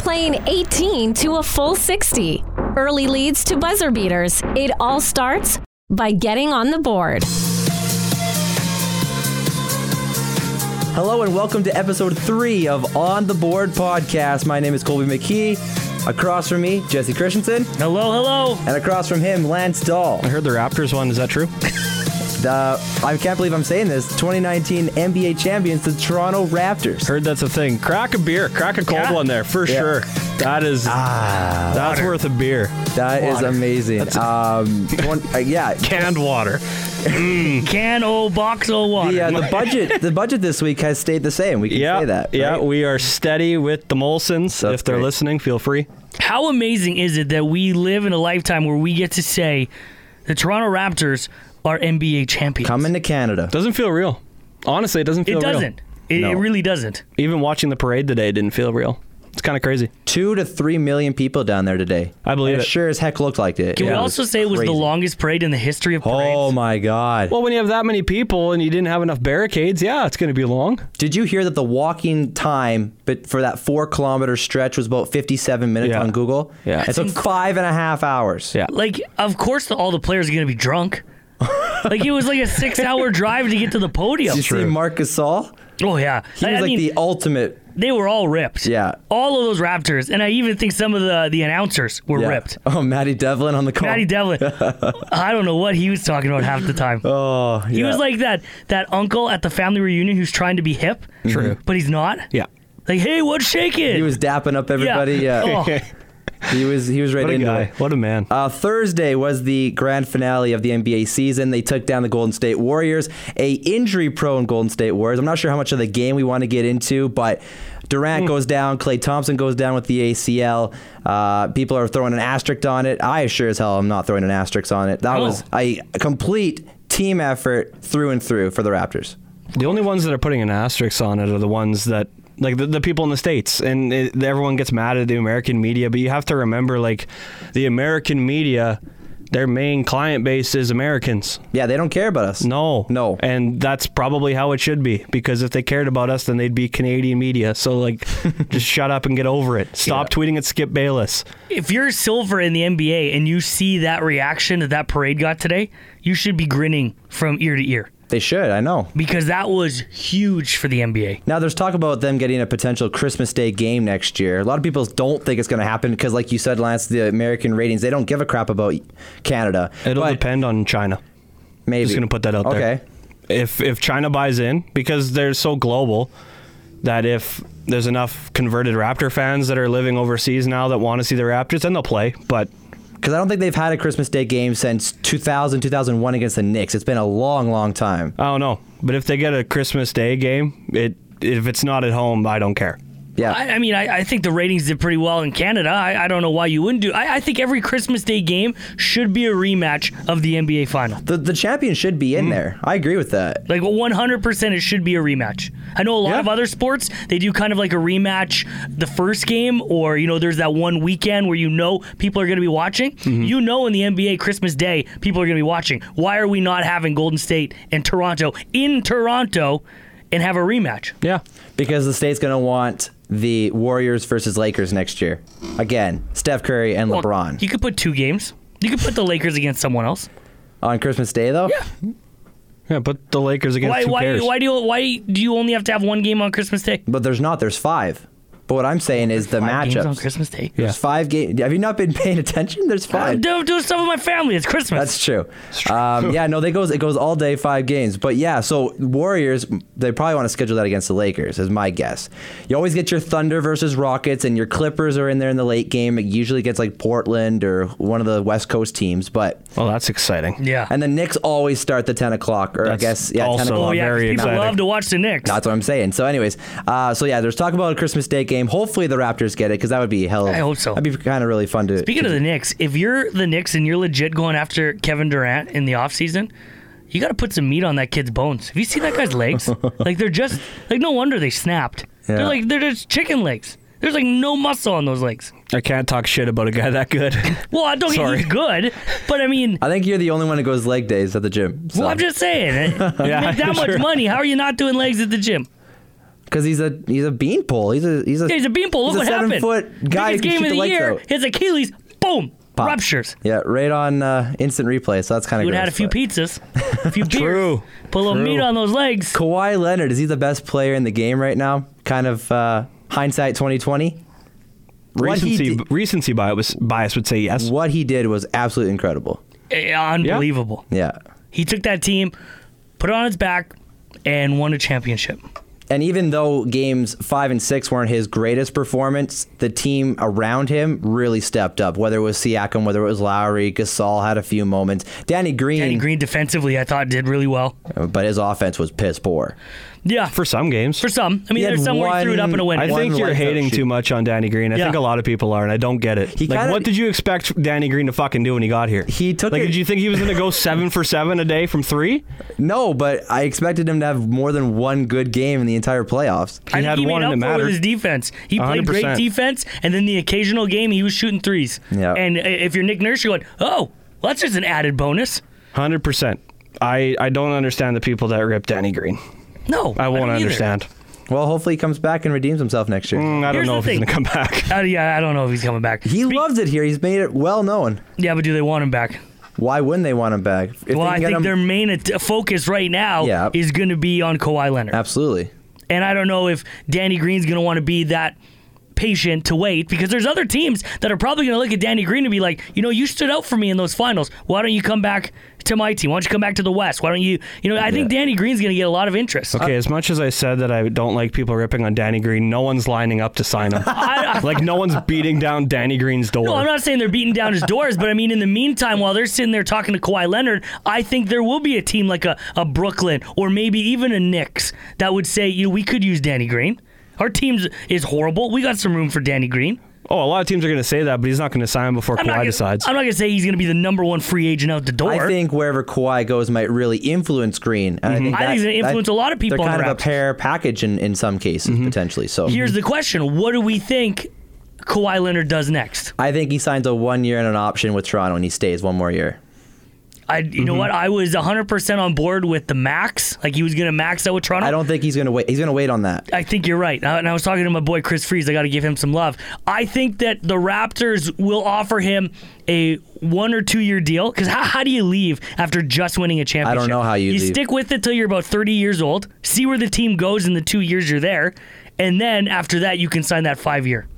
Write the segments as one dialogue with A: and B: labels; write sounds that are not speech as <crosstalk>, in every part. A: playing 18 to a full 60. Early leads to buzzer beaters. It all starts by getting on the board.
B: Hello and welcome to episode three of On the Board podcast. My name is Colby McKee. Across from me, Jesse Christensen,
C: Hello, hello.
B: and across from him, Lance Dahl.
D: I heard the Raptors won. Is that true?
B: <laughs> The, I can't believe I'm saying this. 2019 NBA champions, the Toronto Raptors.
D: Heard that's a thing. Crack a beer. Crack a cold
C: Yeah.
D: one there for
B: Yeah.
D: sure. That is that's worth a beer.
B: That is
C: Water.
B: amazing. um, one, uh,
D: <laughs>
B: yeah.
D: Canned water.
C: Can o box o water.
B: The, uh, the budget, the budget this week has stayed the same. We can
D: Yeah,
B: say that.
D: yeah.
B: right?
D: We are steady with the Molsons.
B: That's
D: if they're
B: great.
D: listening, feel free.
C: How amazing is it that we live in a lifetime where we get to say the Toronto Raptors are NBA champions?
B: coming to Canada.
D: Doesn't feel real. Honestly, it doesn't feel
C: it
D: real.
C: doesn't. It,
B: No.
C: it really doesn't.
D: Even watching the parade today didn't feel real. It's kind of crazy.
B: Two to three million people down there today.
D: I believe
B: And
D: it.
B: Sure as heck looked like it.
C: Can
B: Yeah,
C: we
B: it
C: also say it was the
B: crazy.
C: longest parade in the history of parades?
B: Oh my God!
D: Well, when you have that many people and you didn't have enough barricades, yeah, it's going to be long.
B: Did you hear that the walking time but for that four kilometer stretch was about 57 minutes
D: Yeah.
B: on Google?
D: Yeah.
B: It took five and a half hours.
D: Yeah.
C: Like, of course, the, all the players are going to
B: <laughs>
C: be drunk. like, it was like a six hour drive to get to the podium.
B: Did you see Marc Gasol?
C: Oh, yeah.
B: He
C: I,
B: was
C: I
B: like
C: mean,
B: the ultimate.
C: they were all ripped.
B: Yeah.
C: All of those Raptors. And I even think some of the, the announcers were
B: yeah.
C: ripped.
B: Oh, Matty Devlin on the call. <laughs>
C: Matty Devlin. I don't know what he was talking about half the time.
B: Oh,
C: he
B: yeah.
C: was like that that uncle at the family reunion who's trying to be hip.
D: True.
C: But he's not.
D: Yeah.
C: Like, hey, what's shaking?
B: He was dapping up everybody. Yeah.
C: <laughs> Oh,
B: He was. He was right
D: What a
B: into
D: guy.
B: it.
D: What a man.
B: Uh, Thursday was the grand finale of the NBA season. They took down the Golden State Warriors, a injury-prone Golden State Warriors. I'm not sure how much of the game we want to get into, but Durant goes down, Klay Thompson goes down with the ACL. Uh, people are throwing an asterisk on it. I sure as hell am not throwing an asterisk on it. That
C: Oh.
B: was a complete team effort through and through for the Raptors.
D: The only ones that are putting an asterisk on it are the ones that like the, the people in the states and it, everyone gets mad at the American media, but you have to remember like the American media their main client base is Americans.
B: Yeah, they don't care about us.
D: No.
B: No.
D: And that's probably how it should be because if they cared about us then they'd be Canadian media. So like <laughs> just shut up and get over it. Stop tweeting at Skip Bayless.
C: if you're silver in the NBA and you see that reaction that that parade got today, you should be grinning from ear to ear
B: They should. I know.
C: because that was huge for the NBA.
B: Now, there's talk about them getting a potential Christmas Day game next year. A lot of people don't think it's going to happen because, like you said, Lance, the American ratings, they don't give a crap about Canada.
D: It'll
B: But
D: depend on China.
B: Maybe.
D: Just gonna put that out
B: okay.
D: there. If if China buys in, because they're so global, that if there's enough converted Raptor fans that are living overseas now that want to see the Raptors, then they'll play. But
B: Because I don't think they've had a Christmas Day game since 2000, 2001 against the Knicks. It's been a long, long time.
D: I don't know. But if they get a Christmas Day game, it if it's not at home, I don't care.
B: Yeah.
C: I, I mean, I, I think the ratings did pretty well in Canada. I, I don't know why you wouldn't do. I, I think every Christmas Day game should be a rematch of the NBA final.
B: the, the champion should be
D: Mm.
B: in there. I agree with that.
C: Like 100%, it should be a rematch. I know a lot
D: Yeah.
C: of other sports, they do kind of like a rematch the first game, or, you know, there's that one weekend where you know people are going to be watching. You know, in the NBA Christmas Day, people are going to be watching. Why are we not having Golden State and Toronto in Toronto and have a rematch?
D: Yeah.
B: Because the state's going to want the Warriors versus Lakers next year. Again, Steph Curry and LeBron.
C: You could put two games. You could put the Lakers against someone else.
B: On Christmas Day, though? Yeah.
D: Yeah, but the Lakers against
C: Why?
D: who
C: Why?
D: cares?
C: Why do? You, why do you only have to have one game on Christmas Day?
B: But there's not. There's five. But what I'm saying is the
C: Five games on
B: matchups.
C: Christmas Day.
D: Yeah.
B: There's five games. Have you not been <laughs> paying attention?
D: <laughs>
B: There's
C: I'm
B: five.
C: doing doing stuff with my family. It's Christmas.
B: That's true. Um, yeah, no, they goes it goes all day, five games. But yeah, so Warriors, they probably want to schedule that against the Lakers, is my guess. You always get your Thunder versus Rockets, and your Clippers are in there in the late game. It usually gets like Portland or one of the West Coast teams, but
D: Well, Oh, that's exciting.
C: yeah.
B: and the Knicks always start the ten o'clock, or
D: That's
B: I guess yeah, ten
D: also
B: o'clock.
C: Oh yeah, 'cause
D: Very
C: people
D: exciting.
C: love to watch the Knicks.
B: That's what I'm saying. So, anyways, uh, so yeah, there's talk about a Christmas Day game. Hopefully, the Raptors get it because that would be hell. of-
C: I hope so.
B: That'd be kind of really fun to.
C: Speaking
B: to
C: of
B: do.
C: the Knicks, if you're the Knicks and you're legit going after Kevin Durant in the offseason, you got to put some meat on that kid's bones. Have you seen that
B: <laughs>
C: guy's legs? like they're just like no wonder they snapped.
B: Yeah.
C: They're like they're just chicken legs. There's like no muscle on those legs.
D: I can't talk shit about a guy that <laughs> good.
C: Well, I don't
D: Sorry.
C: think he's good, but I
B: <laughs>
C: mean,
B: I think you're the only one who goes leg days at the gym. So. <laughs>
C: well, I'm just saying. eh, you
D: Yeah,
C: make that much
D: sure.
C: money. How are you not doing legs at the gym?
B: because he's a he's a beanpole. He's a he's a
C: He's a beanpole. Look
B: he's
C: what
B: a seven
C: happened.
B: foot guy. who
C: Biggest
B: can
C: game
B: shoot
C: of
B: the
C: the
B: lights
C: year.
B: out.
C: His Achilles, boom,
B: <laughs> Pop.
C: ruptures.
B: Yeah, right on uh, instant replay. So that's kind of
C: You would have had a few pizzas,
D: <laughs>
C: a few beers.
D: True.
C: Put a little
D: True.
C: meat on those legs.
B: Kawhi Leonard is he the best player in the game right now? Kind of uh, hindsight twenty twenty. What he
D: Recency,
B: did-
D: recency bias, bias would say yes.
B: What he did was absolutely incredible.
C: Eh, Unbelievable.
B: Yeah,
C: He took that team, put it on his back, and won a championship.
B: and even though games five and six weren't his greatest performance, the team around him really stepped up. Whether it was Siakam, whether it was Lowry, Gasol had a few moments. Danny Green,
C: Danny Green defensively, I thought did really well.
B: but his offense was piss poor.
C: Yeah, for,
D: For some games.
C: for some. I
B: He
C: mean,
B: had
C: there's some where he threw it up in a
B: one-
C: win.
D: I
B: one
D: think you're
B: lights out
D: hating
B: shoot.
D: too much on Danny Green. I
C: Yeah.
D: think a lot of people are, and I don't get it.
B: He
D: like,
B: kinda-
D: what did you expect Danny Green to fucking do when he got here?
B: He took
D: Like,
B: it-
D: did you think he was going to
C: <laughs>
D: go seven for seven a day from three?
B: No, but I expected him to have more than one good game in the entire playoffs.
C: I
D: he
C: think
D: had
C: he made
D: one
C: up
D: that
C: for it
D: mattered.
C: with his defense. He played great
D: 100%.
C: defense, and then the occasional game he was shooting threes.
B: Yeah.
C: And i- if you're Nick Nurse, you're going, oh, well, that's just an added bonus.
D: Hundred percent. I I don't understand the people that rip Danny Green.
C: No,
D: I won't
C: don't either.
D: understand.
B: Well, hopefully he comes back and redeems himself next year.
D: Mm, I don't
C: Here's
D: know
C: the
D: if he's
C: thing.
D: gonna come
C: <laughs>
D: back.
C: Uh, yeah, I don't know if he's coming back.
B: He loves it here. He's made it well known.
C: yeah, but do they want him back?
B: Why wouldn't they want him back? If they
C: well,
B: can
C: I
B: get
C: think
B: him-
C: their main at- focus right now
B: Yeah.
C: is going to be on Kawhi Leonard.
B: absolutely.
C: And I don't know if Danny Green's going to want to be that patient to wait because there's other teams that are probably going to look at Danny Green and be like, you know, you stood out for me in those finals. Why don't you come back to my team? Why don't you come back to the West? Why don't you, you know, I think Danny Green's going to get a lot of interest.
D: Okay, as much as I said that I don't like people ripping on Danny Green, no one's lining up to sign him.
C: <laughs> I-
D: <laughs> like no one's beating down Danny Green's door.
C: No, I'm not saying they're beating down his doors, but I mean, in the meantime, while they're sitting there talking to Kawhi Leonard, I think there will be a team like a, a Brooklyn or maybe even a Knicks that would say, you know, we could use Danny Green. Our team is horrible. We got some room for Danny Green.
D: oh, a lot of teams are gonna say that, but he's not gonna sign before
C: I'm not
D: Kawhi
C: gonna,
D: decides.
C: I'm not gonna say he's gonna be the number one free agent out the door.
B: I think wherever Kawhi goes might really influence Green. And I think,
C: Mm-hmm. I think
B: that-
C: he's gonna influence
B: that-
C: a lot of people
B: They're
C: on
B: kind
C: the
B: of a
C: Raptors. Mm-hmm.
B: pair package in, in some cases potentially. So
C: Here's the question: What do we think Kawhi Leonard does next?
B: I think he signs a one year and an option with Toronto, and he stays one more year.
C: I, you
B: Mm-hmm.
C: know what? I was 100 percent on board with the max. Like he was gonna max out with Toronto.
B: I don't think he's gonna wait. He's gonna wait on that.
C: I think you're right. Uh, And I was talking to my boy Chris Freeze. I got to give him some love. I think that the Raptors will offer him a one or two year deal. Because how, how do you leave after just winning a championship?
B: know how you
C: You
B: leave.
C: stick with it till you're about 30 years old. See where the team goes in the two years you're there, and then after that you can sign that five year.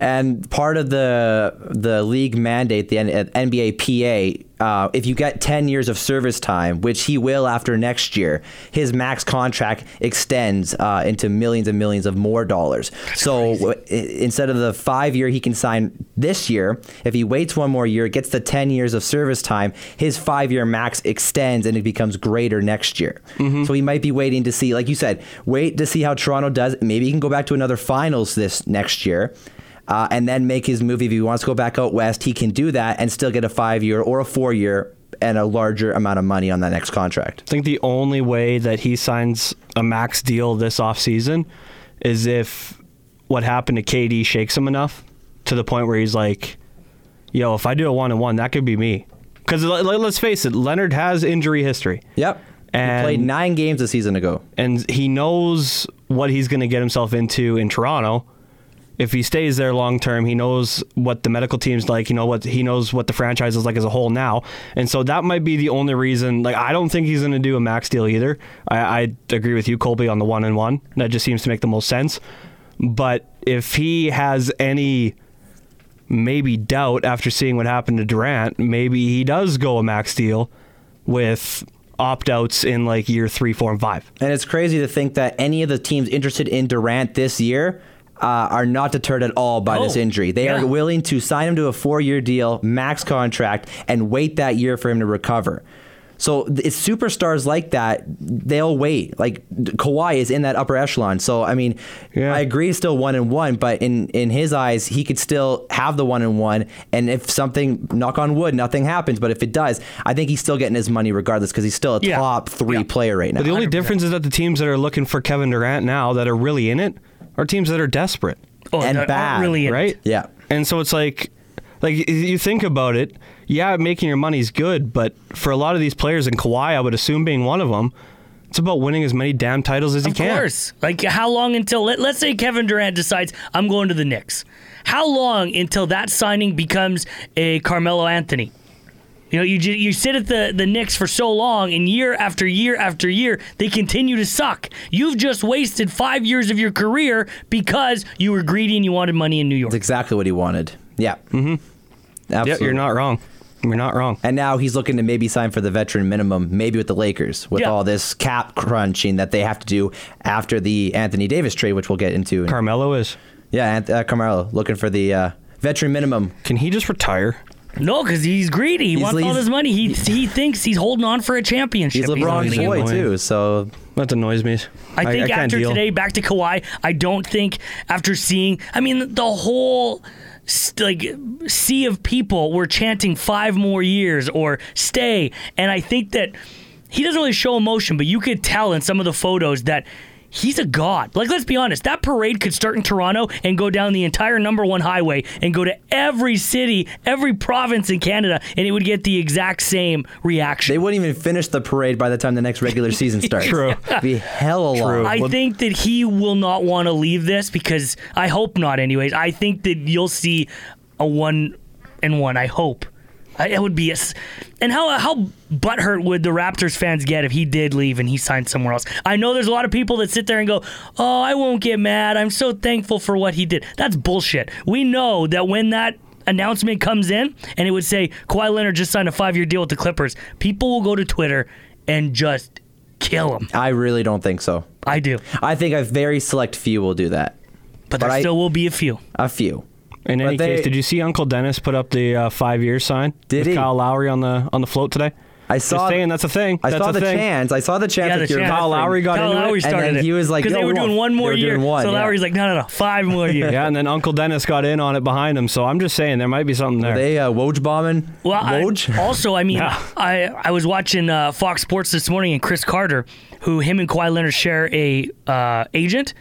B: And part of the the league mandate, the N- uh, NBA PA, uh, if you get ten years of service time, which he will after next year, his max contract extends uh, into millions and millions of more dollars. so w- i- instead of the five year he can sign this year, if he waits one more year, gets the ten years of service time, his five year max extends and it becomes greater next year. So he might be waiting to see, like you said, wait to see how Toronto does. Maybe he can go back to another finals this next year uh, and then make his move. If he wants to go back out west, he can do that and still get a five year or a four year and a larger amount of money on that next contract.
D: I think the only way that he signs a max deal this offseason is if what happened to KD shakes him enough to the point where he's like, yo, if I do a one on one, that could be me. Because let's face it, Leonard has injury history.
B: Yep.
D: And-
B: he played nine games a season ago.
D: And he knows what he's going to get himself into in Toronto. If he stays there long term, he knows what the medical team's like. You know what he knows what the franchise is like as a whole now, and so that might be the only reason. Like, I don't think he's going to do a max deal either. I, I agree with you, Colby, on the one and one. That just seems to make the most sense. But if he has any maybe doubt after seeing what happened to Durant, maybe he does go a max deal with opt outs in like year three, four, and five.
B: And it's crazy to think that any of the teams interested in Durant this year uh, are not deterred at all by this
C: No.
B: injury. They
C: Oh, Yeah.
B: are willing to sign him to a four year deal, max contract, and wait that year for him to recover. So th- it's superstars like that. They'll wait. Like d- Kawhi is in that upper echelon. So I mean,
D: Yeah.
B: I agree. He's still one and one, but in in his eyes, he could still have the one and one. And if something, knock on wood, nothing happens. But if it does, I think he's still getting his money regardless because he's still a
C: Yeah.
B: top three
C: Yeah.
B: player right now.
D: But the only difference is that the teams that are looking for Kevin Durant now that are really in it are teams that are desperate,
C: Oh,
B: And
C: that aren't
B: bad,
C: really in it.
D: right?
B: Yeah.
D: And so it's like, like y- you think about it, yeah, making your money's good, but for a lot of these players, and Kawhi, I would assume being one of them, It's about winning as many damn titles as you
C: Of
D: can.
C: course. Like how long until let, let's say Kevin Durant decides I'm going to the Knicks. How long until that signing becomes a Carmelo Anthony? You know, you ju- you sit at the the Knicks for so long, and year after year after year, they continue to suck. You've just wasted five years of your career because you were greedy and you wanted money in New York.
B: That's exactly what he wanted. Yeah. Mm-hmm. Absolutely.
D: Yeah, you're not wrong. You're not wrong.
B: And now he's looking to maybe sign for the veteran minimum, maybe with the Lakers, with
C: Yeah.
B: all this cap crunching that they have to do after the Anthony Davis trade, which we'll get into.
D: Carmelo is.
B: yeah, Anth- uh, Carmelo looking for the uh, veteran minimum.
D: Can he just retire?
C: No, because he's greedy. He wants all
B: he's-
C: this money. He he thinks he's holding on for a championship.
B: He's
C: not
B: LeBron's
C: gonna give
B: boy
D: annoying.
B: too, so
D: That annoys me.
C: I think
D: can't
C: after
D: deal.
C: today, back to Kawhi. I don't think after seeing, I mean, the whole st- like sea of people were chanting five more years or stay, and I think that he doesn't really show emotion, but you could tell in some of the photos that. He's a god. Like, let's be honest. That parade could start in Toronto and go down the entire number one highway and go to every city, every province in Canada, and it would get the exact same reaction.
B: they wouldn't even finish the parade by the time the next
D: <laughs>
B: regular season starts.
D: True.
B: Be hell along.
C: I think that he will not want to leave this because I hope not. Anyways, I think that you'll see a one and one. I hope I, it would be a. s- And how how butthurt would the Raptors fans get if he did leave and he signed somewhere else? I know there's a lot of people that sit there and go, "Oh, I won't get mad. I'm so thankful for what he did." That's bullshit. We know that when that. Announcement comes in and it would say Kawhi Leonard just signed a five year deal with the Clippers. People will go to Twitter and just kill him.
B: I really don't think so.
C: I do.
B: I think a very select few will do that.
C: But
B: But
C: there
B: I-
C: still will be a few.
B: A few.
D: In any
B: But they-
D: case, did you see Uncle Dennis put up the uh, five-year sign
B: Did
D: with
B: he?
D: Kyle Lowry on the on the float today?
B: I
D: Just
B: saw.
D: saying that's a thing.
B: I
D: that's
B: saw
D: a
B: the
D: thing.
B: chance. I saw the chance.
C: Yeah,
B: that
C: the
B: you're
C: chance.
D: Kyle Lowry got
C: Kyle
D: into
C: Lowry
D: it.
B: and
C: started
B: then
C: it.
B: he was like,
C: because
B: "Yo,
C: they were
B: we
C: doing
B: won't."
C: one more
B: They were
C: year.
B: doing one,
C: so
B: yeah.
C: Lowry's like, no, no, no, five
B: <laughs>
C: more years.
D: Yeah, and then Uncle Dennis got in on it behind him. So I'm just saying there might be something there.
B: They uh, Woj bombing.
C: Well, I,
B: Woj.
C: <laughs> also, I mean,
D: Yeah.
C: I I was watching uh, Fox Sports this morning, and Chris Carter, who him and Kawhi Leonard share a uh, agent.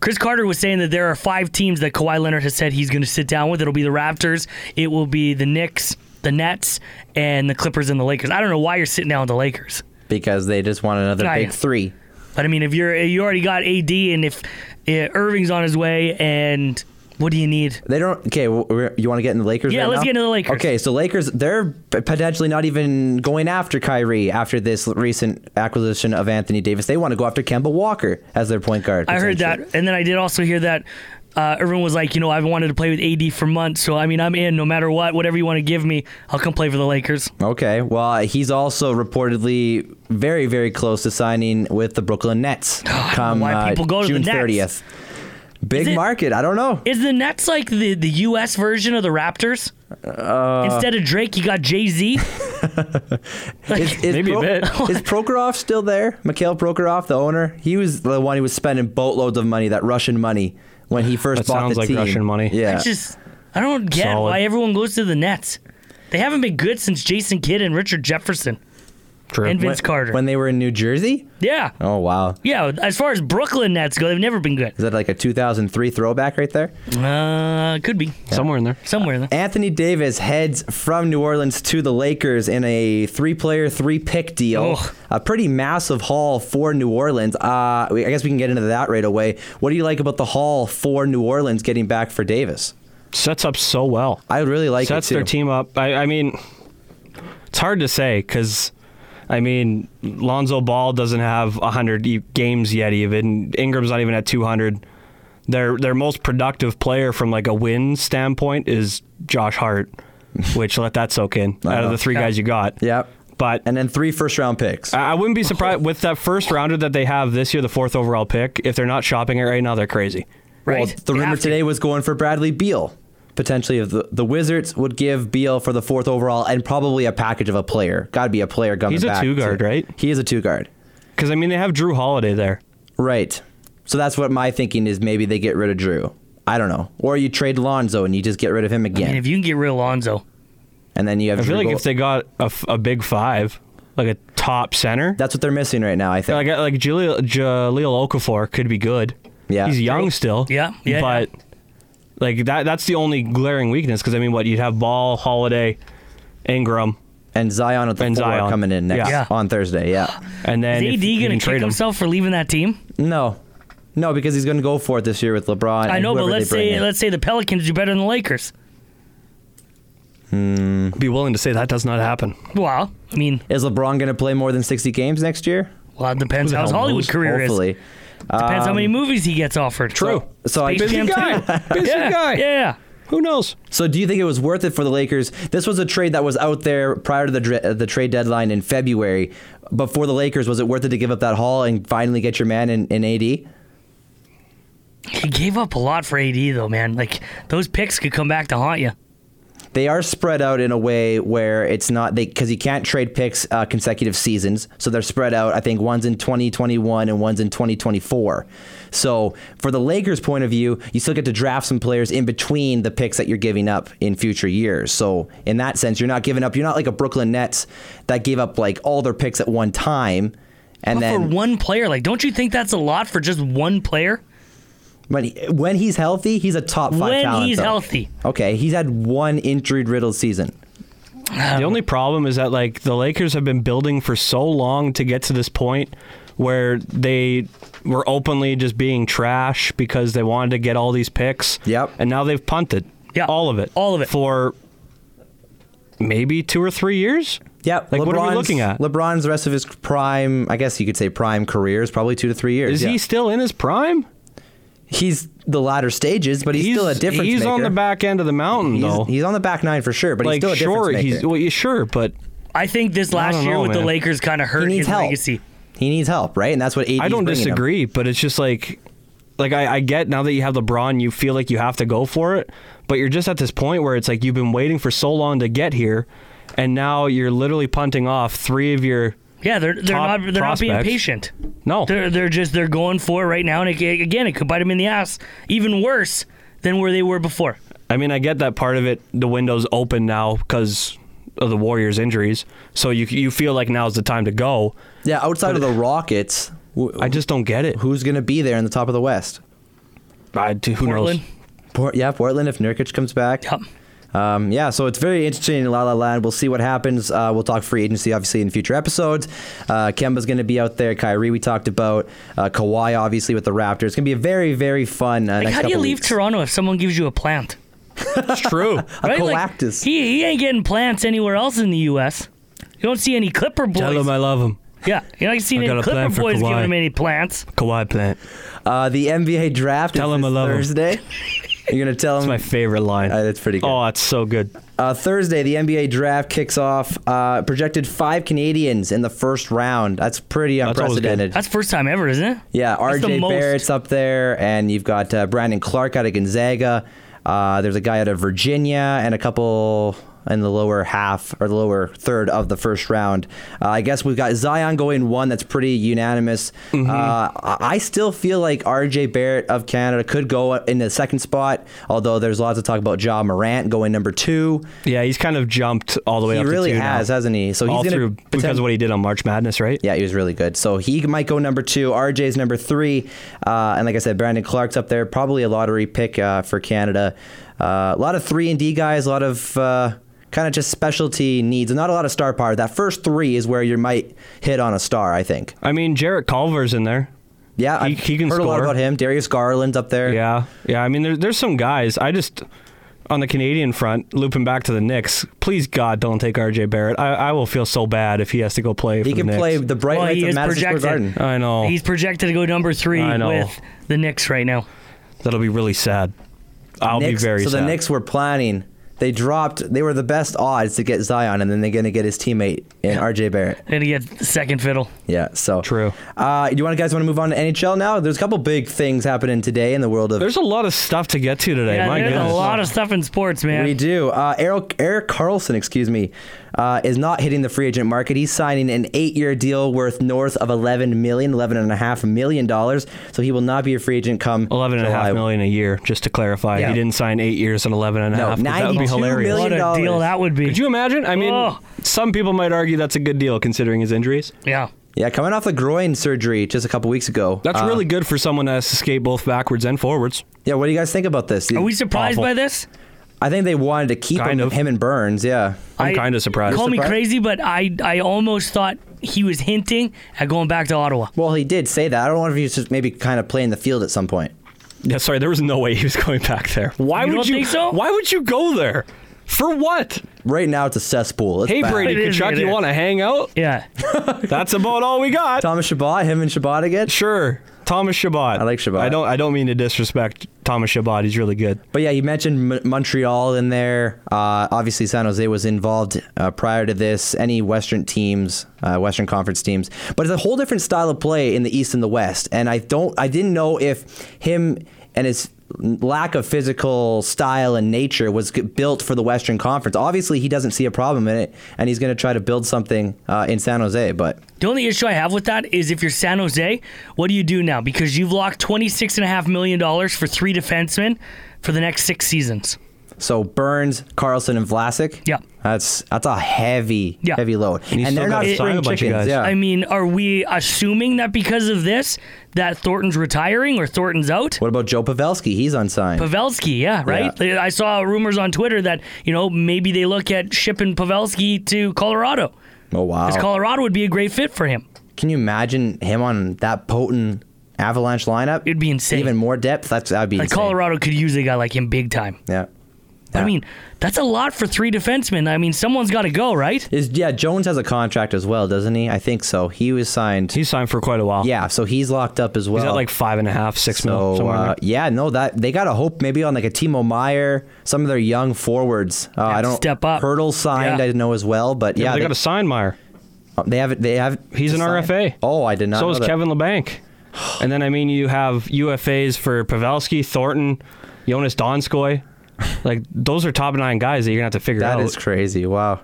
C: Chris Carter was saying that there are five teams that Kawhi Leonard has said he's going to sit down with. It'll be the Raptors, it will be the Knicks, the Nets, and the Clippers and the Lakers. I don't know why you're sitting down with the Lakers.
B: because they just want another
C: Right.
B: big three.
C: But I mean, if you're you already got AD, and if uh, Irving's on his way, and what do you need?
B: They don't. Okay, w- we're- you want to get in the Lakers?
C: Yeah,
B: right
C: let's
B: now?
C: get into the Lakers.
B: Okay, so Lakers, they're p- potentially not even going after Kyrie after this l- recent acquisition of Anthony Davis. They want to go after Kemba Walker as their point guard.
C: I heard that,
B: potentially.
C: and then I did also hear that uh, Irvin was like, you know, I've wanted to play with AD for months, so I mean, I'm in no matter what, whatever you want to give me, I'll come play for the Lakers.
B: Okay, well, he's also reportedly very, very close to signing with the Brooklyn
C: <gasps>
B: Nets come
C: why
B: uh,
C: people go to the
B: June 30th.
C: Nets.
B: Big
C: it-
B: market. I don't
C: <laughs>
B: know.
C: Is the Nets like the the U.S. version of the Raptors?
B: Uh,
C: Instead of Drake, you got Jay
B: <laughs>
C: Z.
B: Is, is
D: Maybe a
B: <laughs>
D: bit.
B: Is Prokhorov still there? Mikhail Prokhorov, the owner, he was the one who was spending boatloads of money, that Russian money, when he first
D: That
B: bought
D: sounds
B: the
D: like
B: team.
D: Russian money.
B: Yeah.
C: It's just I don't get
D: Solid.
C: why everyone goes to the Nets. They haven't been good since Jason Kidd and Richard Jefferson
D: True.
C: and
B: when,
C: Vince Carter.
B: when they were in New Jersey.
C: yeah,
B: Oh wow,
C: yeah. As far as Brooklyn Nets go, they've never been good.
B: is that like a 2003 throwback right there?
C: Uh, could be
D: Somewhere in there.
C: somewhere in there.
B: Anthony Davis heads from New Orleans to the Lakers in a three-player, three-pick deal.
C: Ugh.
B: A pretty massive haul for New Orleans. Uh, we- I guess we can get into that right away. What do you like about the haul for New Orleans getting back for Davis?
D: Sets up so well.
B: I really like it
D: sets
B: too.
D: their team up. I, I mean, it's hard to say because, I mean, Lonzo Ball doesn't have 100 e- games yet. Even Ingram's not even at 200. Their their most productive player from like a win standpoint is
B: <laughs>
D: Josh Hart, which let that soak in. out of the three guys you got,
B: Yep.
D: But Uh,
B: And then three first-round picks.
D: I I wouldn't be surprised with that first rounder that they have this year, the fourth overall pick. If they're not shopping it right now, they're crazy.
C: Right.
B: Well, the
C: They
B: rumor
C: have to.
B: today was going for Bradley Beal. Potentially, if the, the Wizards would give Beal for the fourth overall and probably a package of a player. Got to be a player coming
D: He's a
B: back.
D: two guard,
B: too.
D: right?
B: He is a two guard.
D: Because I mean, they have Drew Holiday there.
B: Right. So that's what my thinking is. Maybe they get rid of Drew. I don't know. Or you trade Lonzo and you just get rid of him again,
C: And if you can get rid of Lonzo,
B: and then you have.
D: I feel
B: Drew
D: like
B: Gol-
D: if they got a, f- a big five, like a top center,
B: that's what they're missing right now. I think.
D: like like Jaleel, Jaleel Okafor could be good.
B: Yeah.
D: he's young still.
C: Yeah, yeah,
D: but like that—that's the only glaring weakness. Because I mean, what you'd have Ball, Holiday, Ingram,
B: and Zion at the
D: And
B: four
D: Zion.
B: coming in next
D: Yeah.
B: on Thursday. Yeah.
D: And then
C: Is
D: if
C: AD
D: you can
C: going to kick
D: trade him.
C: himself for leaving that team?
B: No, no, because he's going to go for it this year with LeBron.
C: I
B: and
C: know, but
B: whoever
C: let's
B: they bring
C: say
B: in.
C: let's say the Pelicans do better than the Lakers.
D: be willing to say that does not happen.
C: Well, I mean,
B: is LeBron going to play more than sixty games next year?
C: well, it depends how his
D: hell
C: Hollywood
D: knows? Um,
C: career
B: Hopefully.
C: is. Depends how many movies he gets offered.
D: True.
B: So I
C: Space
D: Busy
C: Jam
D: guy. Busy
C: yeah,
D: guy.
C: yeah.
D: Who knows?
B: So, do you think it was worth it for the Lakers? This was a trade that was out there prior to the dra- the trade deadline in February. Before the Lakers, was it worth it to give up that haul and finally get your man in, in AD?
C: He gave up a lot for AD though, man. Like those picks could come back to haunt you.
B: They are spread out in a way where it's not they because you can't trade picks uh, consecutive seasons, so they're spread out. I think one's in 2021 and one's in 2024. So, for the Lakers' point of view, you still get to draft some players in between the picks that you're giving up in future years. So, in that sense, you're not giving up. You're not like a Brooklyn Nets that gave up like all their picks at one time, and
C: But
B: then
C: for one player, like, don't you think that's a lot for just one player?
B: When, he- when he's healthy, he's a top five.
C: When
B: talent,
C: he's
B: though.
C: healthy.
B: okay, he's had one injury-riddled season.
D: The
B: Um,
D: only problem is that like the Lakers have been building for so long to get to this point where they were openly just being trash because they wanted to get all these picks.
B: Yep.
D: And now they've punted.
C: Yeah.
D: All of it.
C: All of it.
D: For maybe two or three years.
B: Yeah,
D: Like what are we looking at?
B: LeBron's the rest of his prime, I guess you could say prime career is probably two to three years.
D: Is
B: yeah.
D: he still in his prime?
B: He's the latter stages, but he's, still a difference
D: He's on
B: maker.
D: the back end of the mountain
B: He's,
D: though.
B: he's on the back nine for sure, but
D: like
B: he's still a
D: sure,
B: difference maker.
D: he's well, yeah, sure, but
C: I think this last
D: don't
C: year
D: know,
C: with the
D: man.
C: Lakers kind of
B: he
C: hurt
B: needs
C: his
B: help.
C: legacy.
B: He needs help, right? And that's what AD.
D: I don't disagree, but it's just like, like I, I get now that you have LeBron, you feel like you have to go for it, but you're just at this point where it's like you've been waiting for so long to get here, and now you're literally punting off three of your
C: Yeah, they're they're
D: Top
C: not they're not being
D: prospects.
C: patient.
D: no.
C: They're they're just they're going for it right now, and it, ca- again, it could bite them in the ass. Even worse than where they were before.
D: I mean, I get that part of it. The window's open now because of the Warriors' injuries, so you you feel like now's the time to go.
B: Yeah, outside of the Rockets, wh-
D: I just don't get it.
B: who's going to be there in the top of the West?
D: I, who
C: Portland.
D: knows?
B: Port, yeah, Portland if Nurkic comes back.
C: Yep.
B: Um, yeah, so it's very interesting in La La Land. We'll see what happens. Uh, we'll talk free agency, obviously, in future episodes. Uh, Kemba's going to be out there. Kyrie, we talked about. Uh, Kawhi, obviously, with the Raptors. It's going to be a very, very fun. Uh,
C: Like,
B: next
C: how do you
B: couple
C: leave
B: weeks.
C: Toronto if someone gives you a plant?
D: It's true.
C: Right?
B: Coactus.
C: Like, he he ain't getting plants anywhere else in the U.S. You don't see any Clipper boys.
D: <laughs> Tell him I love him.
C: yeah, you don't see
D: got
C: any
D: a
C: Clipper
D: plan for
C: boys giving
D: Kawhi.
C: him any plants.
D: Kawhi Plant.
B: Uh, the NBA draft
D: Tell
B: is
D: him
B: this
D: I love him. <laughs>
B: Thursday. You're going to tell
D: It's
B: him.
D: my favorite line.
B: Uh, that's pretty good.
D: Oh, it's so good.
B: Uh, Thursday, the NBA draft kicks off. Uh, projected five Canadians in the first round. That's pretty
D: always good.
B: unprecedented.
C: That's first time ever, isn't it?
B: Yeah,
C: That's the
B: RJ
C: most.
B: Barrett's up there, and you've got uh, Brandon Clark out of Gonzaga. Uh, there's a guy out of Virginia, and a couple in the lower half or the lower third of the first round. Uh, I guess we've got Zion going one. That's pretty unanimous.
D: Mm-hmm.
B: Uh, I I still feel like RJ Barrett of Canada could go in the second spot, although there's lots of talk about Ja Morant going number two.
D: Yeah, he's kind of jumped all the way
B: He
D: up to
B: really
D: two now.
B: has, hasn't he? So he's
D: all
B: gonna
D: through because
B: potent-
D: of what he did on March Madness, right?
B: Yeah, he was really good. So he might go number two. RJ's number three. Uh, and like I said, Brandon Clark's up there. Probably a lottery pick uh, for Canada. Uh, a lot of three and D guys. A lot of uh, kind of just specialty needs. Not a lot of star power. That first three is where you might hit on a star, I think.
D: I mean, Jarrett Culver's in there.
B: Yeah,
D: He-
B: I've
D: he can
B: heard a lot
D: score.
B: about him. Darius Garland's up there.
D: Yeah, yeah. I mean, there, there's some guys. I just on the Canadian front, looping back to the Knicks. Please God, don't take R.J. Barrett. I, I will feel so bad if he has to go play.
B: He
D: for
B: can
D: the
B: play
D: Knicks.
B: the bright
C: Well,
B: lights
C: he
B: of
C: is
B: Madison Square
C: projected.
B: Garden.
D: I know
C: He's projected to go number three
D: I know.
C: with the Knicks right now.
D: that'll be really sad. I'll
B: Knicks-
D: be very
B: so
D: sad.
B: the Knicks were planning. They dropped. They were the best odds to get Zion, and then they're going to get his teammate in RJ Barrett.
C: And he gets second fiddle.
B: Yeah, so
D: True.
B: Uh, you want guys want to move on to NHL now? There's a couple big things happening today in the world of.
D: There's a lot of stuff to get to today.
C: Yeah,
D: My
C: there's
D: goodness.
C: a lot of stuff in sports, man.
B: we do. Uh, Eric, Eric Carlson, excuse me, uh, is not hitting the free agent market. He's signing an eight-year deal worth north of 11 million, 11 and a half million dollars. So he will not be a free agent come
D: Eleven and a half
B: July.
D: million a year, just to clarify.
B: Yeah.
D: He didn't sign eight years and eleven and a
B: No,
D: half. 'cause That would be
B: 92
D: hilarious.
B: million
C: what a
B: dollars.
C: deal that would be.
D: Could you imagine? I mean,
C: Oh.
D: some people might argue that's a good deal considering his injuries.
C: yeah.
B: Yeah, coming off the groin surgery just a couple weeks ago.
D: That's
B: Uh,
D: really good for someone that has to skate both backwards and forwards.
B: yeah. What do you guys think about this?
C: Are we surprised
D: Awful.
C: by this?
B: I think they wanted to keep
D: Kind
B: him,
D: of.
B: him and Burns. Yeah.
D: I'm
C: I-
D: kind of surprised.
C: Call me
B: surprised?
C: crazy, but I I almost thought he was hinting at going back to Ottawa.
B: Well, he did say that. I don't know if he was just maybe kind of playing the field at some point.
D: Yeah, sorry, there was no way he was <laughs> going back there. Why
C: You
D: would
C: don't
D: you?
C: think so?
D: Why would you go there? For what?
B: Right now, it's a cesspool. It's
D: Hey,
B: bad.
D: Brady
C: It is,
D: Kachuk,
C: it
D: you
C: is.
D: want to hang out?
C: Yeah,
D: <laughs> That's about all we got.
B: Thomas Shabbat, him and Shabbat again.
D: Sure, Thomas Shabbat. I
B: like Shabbat.
D: I don't. I don't mean to disrespect Thomas Shabbat. He's really good.
B: But yeah, you mentioned M- Montreal in there. Uh, obviously, San Jose was involved uh, prior to this. Any Western teams, uh, Western Conference teams, but it's a whole different style of play in the East and the West. And I don't, I didn't know if him and his lack of physical style and nature was g- built for the Western Conference. Obviously, he doesn't see a problem in it, and he's going to try to build something uh, in San Jose. But
C: the only issue I have with that is if you're San Jose, what do you do now? Because you've locked twenty six and a half million dollars for three defensemen for the next six seasons.
B: so Burns, Carlson, and Vlasic.
C: Yeah.
B: that's that's a heavy,
C: Yeah.
B: heavy load,
D: you
B: and
D: still
B: they're not
D: gotta sign
B: spring
D: a bunch of
B: chickens.
D: guys.
B: Yeah.
C: I mean, are we assuming that because of this that Thornton's retiring or Thornton's out?
B: What about Joe Pavelski? He's unsigned.
C: Pavelski, yeah, right. I saw rumors on Twitter that you know maybe they look at shipping Pavelski to Colorado
B: oh wow!
C: because Colorado would be a great fit for him.
B: Can you imagine him on that potent Avalanche lineup?
C: It'd be insane.
B: Even more depth. That's that'd be
C: Like
B: insane.
C: Colorado could use a guy like him big time.
B: Yeah.
C: I
B: Yeah.
C: mean, that's a lot for three defensemen. I mean, someone's got to go, right?
B: Is yeah Jones has a contract as well, doesn't he? I think so. He was signed.
D: He's signed for quite a while.
B: yeah, so he's locked up as well.
D: He's at like five and a half, six mil.
B: so
D: somewhere in
B: uh,
D: there.
B: yeah, no, that they gotta hope maybe on like a Timo Meyer, some of their young forwards. Uh, I don't
C: step up.
B: Hurdle signed,
C: Yeah.
B: I know as well, but yeah,
D: yeah, they,
B: they,
D: got to sign Meyer.
B: they have it. They have.
D: He's an
B: signed.
D: RFA.
B: Oh, I did not.
D: So
B: know
D: is
B: that. <sighs>
D: Kevin LeBanc. And then I mean, you have UFAs for Pavelski, Thornton, Jonas Donskoy. Like those are top nine guys that you're gonna have to figure out.
B: That is crazy. Wow.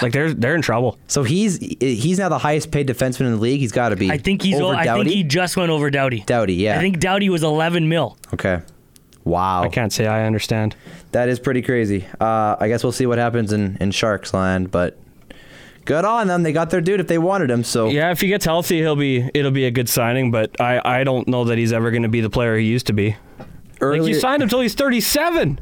D: Like they're they're in trouble.
B: So he's he's now the highest paid defenseman in the league. He's got to be.
C: I think he's.
B: over
C: I think
B: Doughty?
C: he just went over Doughty.
B: Doughty, yeah.
C: I think Doughty was 11 mil.
B: Okay. Wow.
D: I can't say I understand.
B: That is pretty crazy. Uh, I guess we'll see what happens in, in Sharks land, but good on them. They got their dude if they wanted him. So
D: Yeah, if he gets healthy, he'll be it'll be a good signing. But I I don't know that he's ever gonna be the player he used to be. Like you
B: Earlier-
D: signed him till he's 37.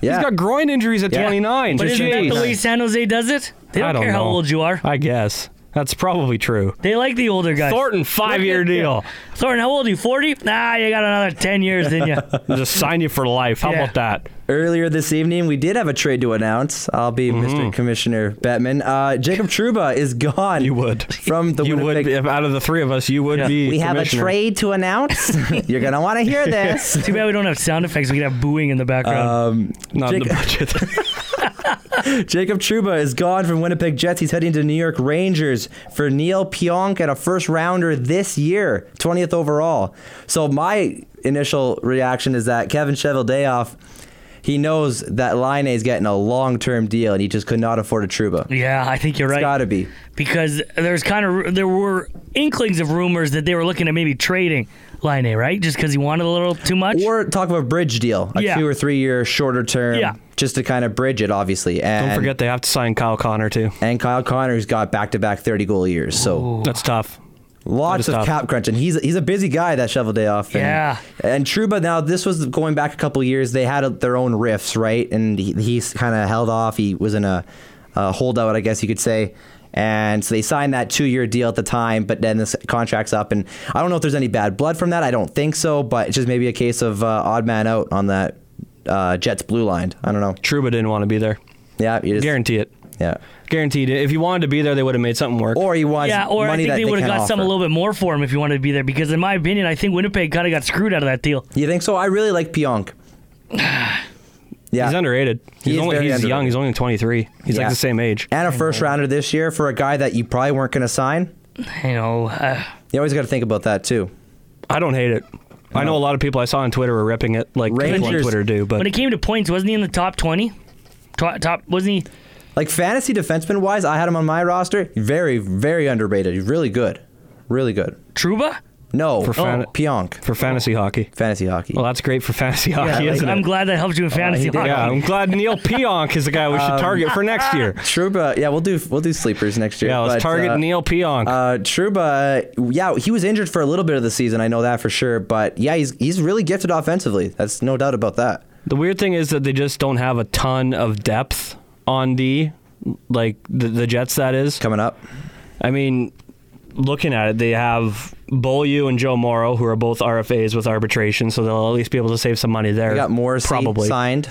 B: Yeah.
D: He's got groin injuries at
B: Yeah.
D: 29.
C: But isn't that the
D: Jeez.
C: way San Jose does it? They don't,
D: I don't
C: care how
D: know.
C: old you are.
D: I guess that's probably true.
C: They like the older guys.
D: Thornton five year deal.
C: Thornton, how old are you? 40? Nah, you got another 10 years, didn't
B: <laughs>
C: you?
D: Just sign you for life. How
C: Yeah.
D: about that?
B: earlier this evening, we did have a trade to announce. I'll be
D: Mm-hmm.
B: Mr. Commissioner Bettman. Uh, Jacob Truba is gone.
D: You would.
B: From the
D: <laughs> you would
B: Winnipeg-
D: be, if out of the three of us, you would be.
B: We have a
D: commissioner.
B: trade to
D: <laughs>
B: announce. You're going to want to hear this.
C: Too bad we don't have sound effects. We could have booing in the background.
B: Um,
D: Not
B: <laughs>
D: in the
B: Jake-
D: budget.
B: Jacob Truba is gone from Winnipeg Jets. He's heading to New York Rangers for Neil Pionk at a first rounder this year, 20th overall. So my initial reaction is that Kevin Cheveldayoff, he knows that Line is getting a long-term deal and he just could not afford a Truba.
C: yeah, I think you're right.
B: It's got to be.
C: because there's kind of there were inklings of rumors that they were looking at maybe trading Line, right? Just because he wanted a little too much.
B: Or talk about a bridge deal, a
C: Yeah.
B: two or three year shorter term,
C: Yeah.
B: just to kind of bridge it, obviously. And,
D: Don't <laughs> forget they have to sign Kyle Connor too.
B: And Kyle Connor's got back to back 30 goal years. So
D: That's tough.
B: Lots
D: That
B: of
D: is tough.
B: cap crunching. He's he's a busy guy that shovel day off. And,
C: Yeah.
B: And Truba now this was going back a couple years. They had a, their own riffs, right? And he, he's kind of held off. He was in a, a holdout, I guess you could say. And so they signed that two-year deal at the time, but then this contract's up, and I don't know if there's any bad blood from that. I don't think so, but it's just maybe a case of uh, odd man out on that uh, Jets blue line. I don't know.
D: Truba didn't want to be there.
B: Yeah, you just,
D: Guarantee it.
B: Yeah,
D: Guaranteed it. If he wanted to be there, they would have made something work.
B: or he wants
C: yeah, or I
B: money
C: think
B: that
C: they would have
B: can't
C: got
B: offer.
C: something a little bit more for him if he wanted to be there. Because in my opinion, I think Winnipeg kind of got screwed out of that deal.
B: You think so? I really like
D: <sighs>
B: Pionk. Yeah,
D: He's underrated. He's
B: is
D: only
B: very
D: he's
B: underrated.
D: young. He's only 23. He's
B: Yeah.
D: like the same age.
B: and a first rounder this year for a guy that you probably weren't going to sign.
C: You know, uh,
B: You always got to think about that too.
D: I don't hate it. I know a lot of people I saw on Twitter were ripping it like people on
B: Rangers-
D: Twitter do,
C: when
D: but
C: it came to points, wasn't he in the top twenty? Top, top wasn't he?
B: Like fantasy defenseman wise, I had him on my roster. Very, very underrated. He's really good, really good.
C: Truba?
B: No, Oh,
D: For fan-
B: Pionk
D: for fantasy hockey.
B: fantasy hockey.
D: Well, that's great for fantasy hockey, isn't
C: I'm
D: it?
C: glad that helped you in fantasy.
B: Uh, he did.
C: hockey.
D: yeah, I'm glad Neil Pionk is the guy we
B: Um,
D: should target for next
B: <laughs>
D: year.
B: Truba, yeah, we'll do we'll do sleepers next year.
D: Yeah, let's
B: but,
D: target
B: uh,
D: Neil Pionk.
B: Uh, Truba, yeah, he was injured for a little bit of the season. I know that for sure. But yeah, he's he's really gifted offensively. That's no doubt about that.
D: The weird thing is that they just don't have a ton of depth on D, like the, the Jets. That is.
B: coming up.
D: I mean, looking at it, they have Bolu and Joe Morrow, who are both RFAs with arbitration, so they'll at least be able to save some money there.
B: We got more
D: probably.
B: signed.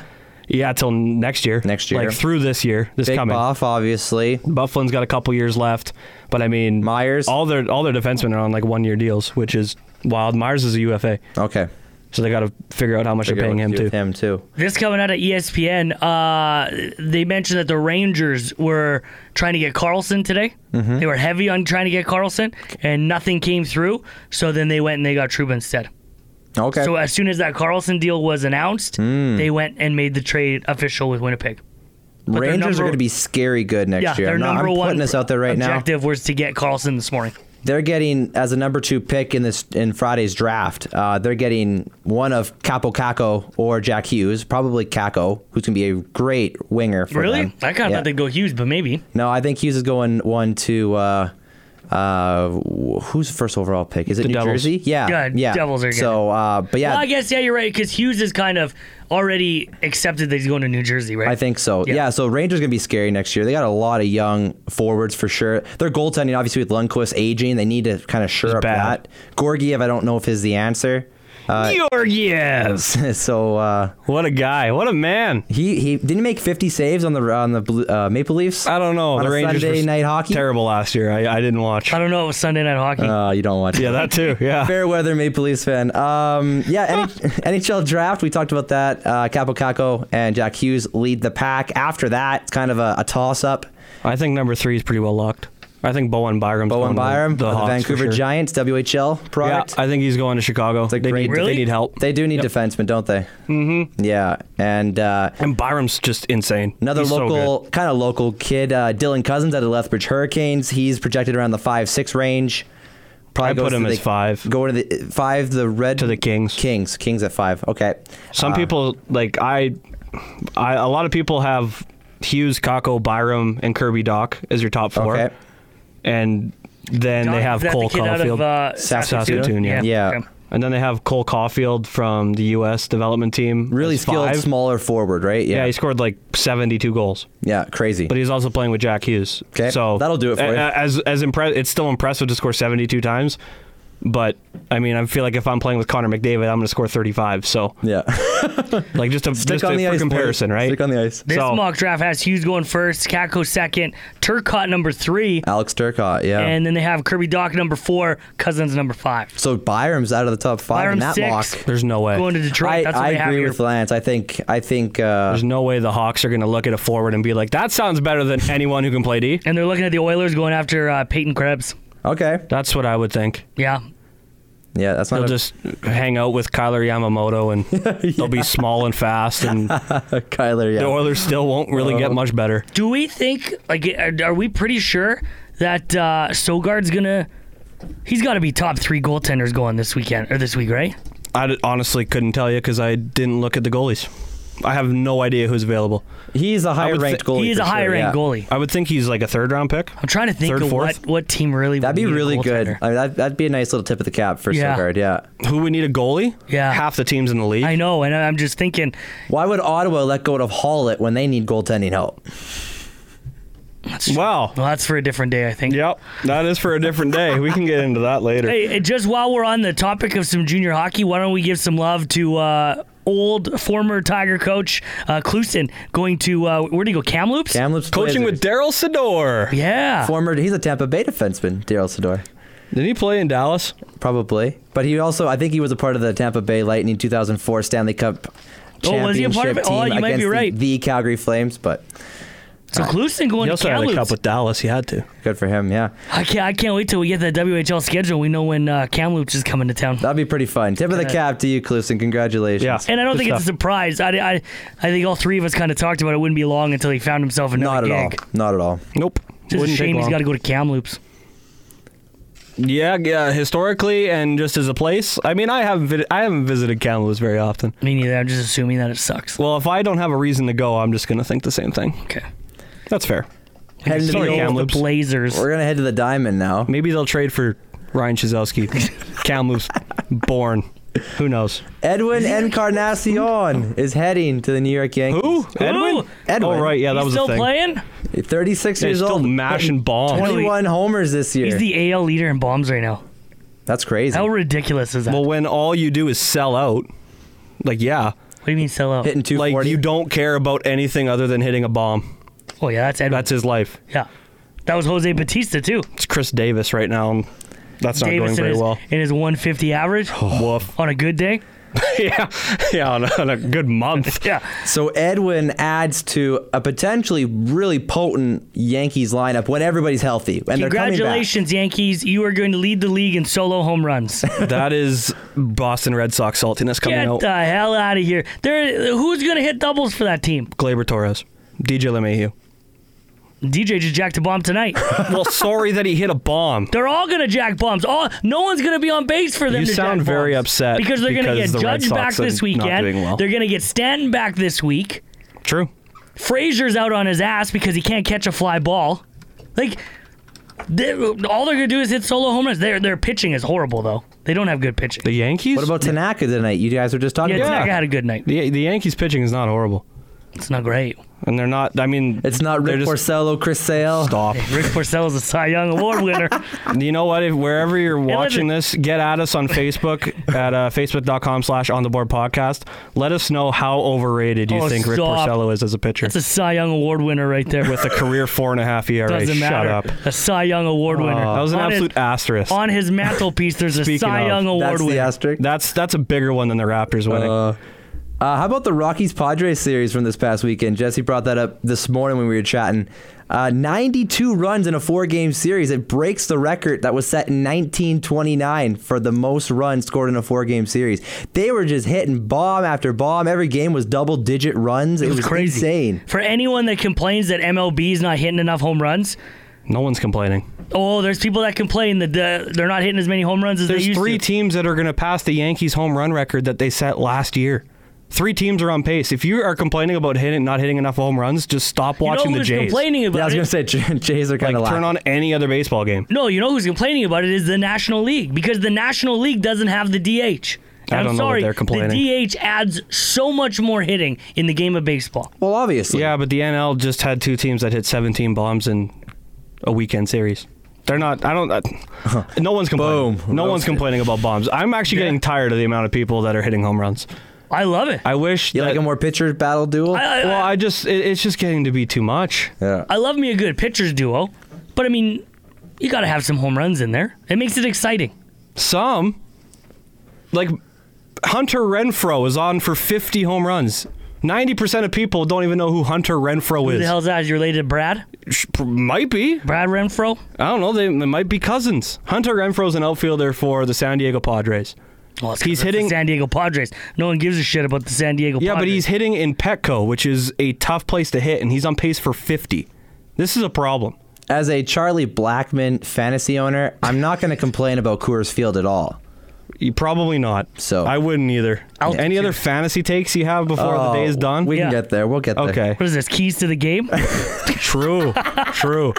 D: Yeah, till next year.
B: Next year.
D: like through this year, this
B: Big
D: coming.
B: Buff, obviously.
D: Bufflin's got a couple years left, but I mean,
B: Myers.
D: All their all their defensemen are on like one year deals, which is wild. Myers is a UFA,
B: Okay.
D: so they got to figure out how much they're paying him too.
B: Him too.
C: This coming out of E ESPN, uh, they mentioned that the Rangers were trying to get Carlson today.
B: Mm-hmm.
C: They were heavy on trying to get Carlson, and nothing came through. So then they went and they got Trouba instead.
B: Okay. Hmm.
C: So uh, as soon as that Carlson deal was announced, they went and made the trade official with Winnipeg. but their
B: Rangers are
C: number-
B: going to be scary good next
C: Yeah,
B: year.
C: their
B: I'm, not,
C: number
B: I'm
C: one
B: putting this out there right now.
C: objective was to get Carlson this morning.
B: They're getting as a number two pick in this in Friday's draft. Uh, they're getting one of Capo Caco or Jack Hughes, probably Caco, who's going to be a great winger for
C: Really?
B: them.
C: I kind of
B: Yeah.
C: thought they'd go Hughes, but maybe.
B: No, I think Hughes is going one to. Uh, uh, wh- who's the first overall pick? Is it
D: The
B: New
D: Devils.
B: Jersey? Yeah,
C: Yeah,
B: yeah.
C: Devils are
B: so, uh, but yeah,
C: Well, I guess yeah, you're right because Hughes is kind of already accepted that he's going to New Jersey, right?
B: I think so. Yeah.
C: Yeah.
B: so Rangers gonna be scary next year. They got a lot of young forwards for sure. Their goaltending, obviously with Lundqvist aging, they need to kind of shore up
D: bad.
B: that. Gorgiev, I don't know if is the answer. <laughs>
D: Georgiev,
B: so uh,
D: what a guy, what a man.
B: he he didn't he make 50 saves on the on the Blue- uh, Maple Leafs.
D: I don't know.
B: On
D: the
B: a
D: Rangers
B: Sunday
D: were
B: night hockey.
D: terrible last year. I, I didn't watch.
C: I don't know. It was Sunday night hockey.
B: Uh, you don't watch. <laughs>
D: Yeah, that <laughs> too. Yeah.
B: Fair weather Maple Leafs fan. Um,
D: Ah.
B: yeah, <laughs> NH- NHL draft. We talked about that. Uh, Capo Caco and Jack Hughes lead the pack. After that, it's kind of a, a toss up.
D: I think number three is pretty well locked. I think Bowen Byram.
B: Bowen Byram,
D: the,
B: uh, the,
D: Hawks for
B: Vancouver
D: sure.
B: Giants, WHL
D: Yeah,
B: product.
D: I think he's going to Chicago.
B: a
D: they,
B: great-
D: need,
C: Really?
D: they need help.
B: They do need defensemen, don't they? Mm-hmm. Yeah, and uh,
D: and Byram's just insane.
B: another
D: He's so
B: local, kind of local kid, uh, Dylan Cousins out of Lethbridge Hurricanes. He's projected around the five six range. Probably
D: I put
B: goes to
D: him
B: the-
D: as five.
B: Go to the five, the red
D: To the Kings.
B: Kings, Kings at five. Okay,
D: good. Some people like I, I a lot of people have Hughes, Kako, Byram, and Kirby Doc as your top four,
B: okay,
D: and then
C: Doc,
D: they have
C: is that
D: Cole
C: the kid out
D: Caulfield,
C: of, uh,
B: Saskatoon?
D: Saskatoon, yeah.
B: Yeah.
C: okay.
D: and then they have Cole Caulfield from the U.S. development team.
B: really
D: as
B: skilled,
D: five.
B: smaller forward, right?
D: Yeah,
B: Yeah,
D: he scored like seventy-two goals.
B: yeah, crazy.
D: but he's also playing with Jack Hughes.
B: 'Kay.
D: so
B: That'll do it for
D: a-
B: you.
D: a- As as impre- it's still impressive to score seventy two times, but I mean, I feel like if I'm playing with Connor McDavid, I'm going to score thirty five. So
B: yeah, <laughs>
D: like just a
B: stick
D: just
B: on
D: a,
B: the
D: for
B: ice. boys.
D: comparison, right?
B: Stick on the ice.
C: This
D: So-
C: mock draft has Hughes going first, Kako second, Turcotte number three,
B: Alex Turcotte, yeah.
C: and then they have Kirby Doc number four, Cousins number five.
B: so Byram's out of the top five in
C: Byram
B: that
C: six,
B: mock.
D: There's no way.
C: going to Detroit.
B: I,
C: That's what
B: I
C: they have
B: agree
C: here.
B: with Lance. I think I think uh,
D: There's no way the Hawks are going to look at a forward and be like, that sounds better than anyone who can play D.
C: and they're looking at the Oilers going after uh, Peyton Krebs.
B: okay.
D: That's what I would think.
C: Yeah,
B: Yeah, that's
D: They'll
B: not a,
D: just hang out with Kyler
B: <laughs>
D: Yamamoto and they'll be small and fast, and the
B: Kyler. Yeah,
D: Oilers still won't really
C: Uh,
D: get much better.
C: Do we think like are, are we pretty sure that uh Sogard's gonna? He's got to be top three goaltenders going this weekend or this week, right?
D: I d- honestly couldn't tell you because I didn't look at the goalies. I have no idea who's available.
B: He's a higher
D: would
B: ranked
D: thi-
B: goalie.
C: He is
B: for
C: a higher
B: sure,
C: ranked
B: yeah.
C: goalie.
D: I would think he's like a third round pick.
C: I'm trying to think
D: Third,
C: of what,
D: fourth?
C: what team really. would
B: That'd be
C: need a
B: really good.
C: goaltender.
B: I mean, that, that'd be a nice little tip of the cap for
C: Yeah.
B: Sogard. Yeah.
D: Who would need a goalie?
C: Yeah.
D: Half the teams in the league.
C: I know, and I'm just thinking
B: Why would Ottawa let go of Hollett when they need goaltending help?
D: Wow.
C: Well, that's for a different day, I think.
D: Yep. That is for a different day. We can get into that later.
C: Hey, and just while we're on the topic of some junior hockey, why don't we give some love to uh, old former Tiger coach uh, Cluson going to uh, where do you go? Kamloops.
B: Kamloops
D: Coaching with
B: Blazers.
D: Daryl Sador.
C: yeah.
B: former. He's a Tampa Bay defenseman, Daryl Sador.
D: Did he play in Dallas?
B: Probably, but he also I think he was a part of the Tampa Bay Lightning 2004 Stanley Cup
C: Oh,
B: championship
C: was he a part of it?
B: team
C: Oh, you might be
B: against the-
C: right.
B: the, Calgary Flames. But
C: so Cluson going
D: He
C: to
D: also had a
C: Kamloops.
D: cup with Dallas. He had to.
B: good for him. Yeah,
C: I can't, I can't wait till we get the WHL schedule. We know when uh, Kamloops is coming to town.
B: that'd be pretty fun. Tip of the cap to you, Kluson. Congratulations.
D: Yeah.
C: And I don't
D: Good
C: think it's a
D: stuff.
C: surprise. I, I, I think all three of us kind of talked about it. Wouldn't be long until he found himself
B: Not
C: another
B: at all.
C: gig.
B: Not at all.
D: Nope.
C: Just a
D: Wouldn't
C: shame
D: take
C: he's
D: long.
C: got to go to Kamloops.
D: Yeah, yeah, historically and just as a place. I mean, I haven't vid- I haven't visited Kamloops very often.
C: Me neither. I'm just assuming that it sucks.
D: Well, if I don't have a reason to go, I'm just going to think the same thing.
C: Okay.
D: That's fair.
B: Heading to
D: Sorry,
B: the Kamloops.
C: Yo, the
D: Kamloops.
C: Blazers.
B: We're gonna head to the diamond now.
C: <laughs>
D: Maybe they'll trade for Ryan Chazowski. Kamloops born. Who knows?
B: Edwin Encarnacion is heading to the New York Yankees.
D: Who? Edwin?
B: Edwin.
D: Oh, right. Yeah, that
C: He's
D: was
C: still
D: the thing.
C: playing.
B: 36
D: Yeah, he's
B: years
D: still
B: old.
D: mashing bombs.
B: 21 homers this year.
C: He's the AL leader in bombs right now.
B: That's crazy.
C: How ridiculous is that?
D: Well,
C: what
D: when all you do is sell out, like yeah,
C: do you mean sell out?
B: Hitting
D: like
B: 240.
D: you don't care about anything other than hitting a bomb.
C: Oh yeah, that's Edwin.
D: That's his life.
C: yeah. That was Jose Batista too.
D: It's Chris Davis right now. and That's not going
C: Davis
D: very
C: in, his, <laughs>
D: well. Oh.
C: in his 150 average
D: Woof. <laughs>
C: on a good day.
D: yeah, yeah, on a, on a good
C: <laughs>
D: month.
C: Yeah.
B: So Edwin adds to a potentially really potent Yankees lineup when everybody's healthy and they're coming back.
C: Congratulations, Yankees. You are going to lead the league in solo home
D: <laughs>
C: runs.
D: that is Boston Red Sox saltiness coming
C: Get
D: out.
C: the hell out of here. There, who's going to hit doubles for that team?
D: Glaber Torres, DJ LeMahieu.
C: DJ just jacked a
D: <laughs>
C: bomb tonight.
D: well, sorry that he hit a bomb.
C: They're all going to jack bombs. All no one's going to be on base for them.
D: You
C: to
D: sound
C: jack
D: very
C: bombs.
D: upset
C: because they're going to
D: because
C: get
D: the Red
C: Judge back
D: Sox are
C: this
D: not
C: weekend.
D: doing well.
C: They're going to get Stanton back this week.
D: True.
C: Frazier's out on his ass because he can't catch a fly ball. Like, they, all they're gonna do is hit solo home runs. Their their pitching is horrible though. They don't have good pitching.
D: The Yankees.
B: What about Tanaka tonight? You guys were just talking
C: yeah,
B: about.
C: Tanaka had a good night.
D: the, the Yankees pitching is not horrible,
C: It's not great.
D: and they're not. I mean,
B: It's not
D: they're
B: Rick
D: just-
B: Porcello, Chris Sale.
D: Stop.
C: Rick Porcello's a Cy Young Award winner.
D: You know what? If wherever you're watching this, get at us on Facebook at uh, facebook.com slash on the board podcast. Let us know how overrated you
C: Oh,
D: think Rick
C: stop.
D: Porcello is as a pitcher
C: It's a Cy Young Award winner right
D: <laughs>
C: there.
D: with a career four and a half ERA.
C: Doesn't
D: Shut
C: matter.
D: up. Uh,
C: A Cy Young Award winner.
D: that was an
C: on
D: absolute
C: His,
D: asterisk.
C: on his mantelpiece, there's a
D: Speaking
C: Cy
D: of,
C: Young Award
B: That's the
C: winner.
B: asterisk.
D: that's that's a bigger one than the Raptors winning.
B: Uh, uh, how about the Rockies Padres series from this past weekend? Jesse brought that up this morning when we were chatting. Uh, 92 runs in a four game series. It breaks the record that was set in 1929 for the most runs scored in a four game series. They were just hitting bomb after bomb. Every game was double digit runs. It,
C: It was crazy.
B: insane.
C: For anyone that complains that MLB's not hitting enough home runs,
D: no one's complaining.
C: oh, there's people that complain that the, they're not hitting as many home runs as they
D: There's
C: used
D: three
C: to.
D: teams that are going to pass the Yankees home run record that they set last year. Three teams are on pace. If you are complaining about hitting not hitting enough home runs, just stop watching
C: you know
D: the
C: who's
D: Jays.
C: complaining about
B: Yeah, I was
C: it?
B: going to say, J- Jays are kind
D: Like
B: of
D: turn on any other baseball game.
C: No, you know who's complaining about it is the National League because the National League doesn't have the DH.
D: I don't know
C: am
D: what
C: sorry,
D: they're complaining.
C: The DH adds so much more hitting in the game of baseball.
B: Well, obviously.
D: Yeah, but the NL just had two teams that hit 17 bombs in a weekend series. They're not. I don't. uh, no one's complaining.
B: Boom.
D: No one's complaining about bombs. I'm actually getting tired of the amount of people that are hitting home runs.
C: I love it. I,
D: I wish.
B: You
D: that,
B: like a more pitcher battle duel?
C: I,
D: well, I just. It, it's just getting to be too much.
B: yeah.
C: I love me a good pitchers duo, but I mean, you got to have some home runs in there. It makes it exciting.
D: Some, like Hunter Renfro, is on for 50 home runs. 90% of people don't even know who Hunter Renfro
C: Who the
D: is.
C: hell's that? Is you related to Brad?
D: Sh- pr- Might be.
C: Brad Renfro?
D: I don't know. They, they might be cousins. Hunter Renfro's an outfielder for the San Diego Padres.
C: Well, it's 'cause
D: He's
C: it's the
D: hitting-
C: San Diego Padres. No one gives a shit about the San Diego
D: Yeah, but
C: Padres.
D: he's hitting in Petco, which is a tough place to hit, and he's on pace for 50. This is a problem.
B: As a Charlie Blackman fantasy owner, I'm not going to complain about Coors Field at all.
D: You probably not.
B: So-
D: I wouldn't either.
C: Altitude.
D: Any other fantasy takes you have before the day is
B: Oh,
D: done?
B: We
C: Yeah.
B: can get there. We'll get there.
D: okay.
C: What is this? Keys to
D: <laughs>
C: the game?
B: <laughs>
D: true. True.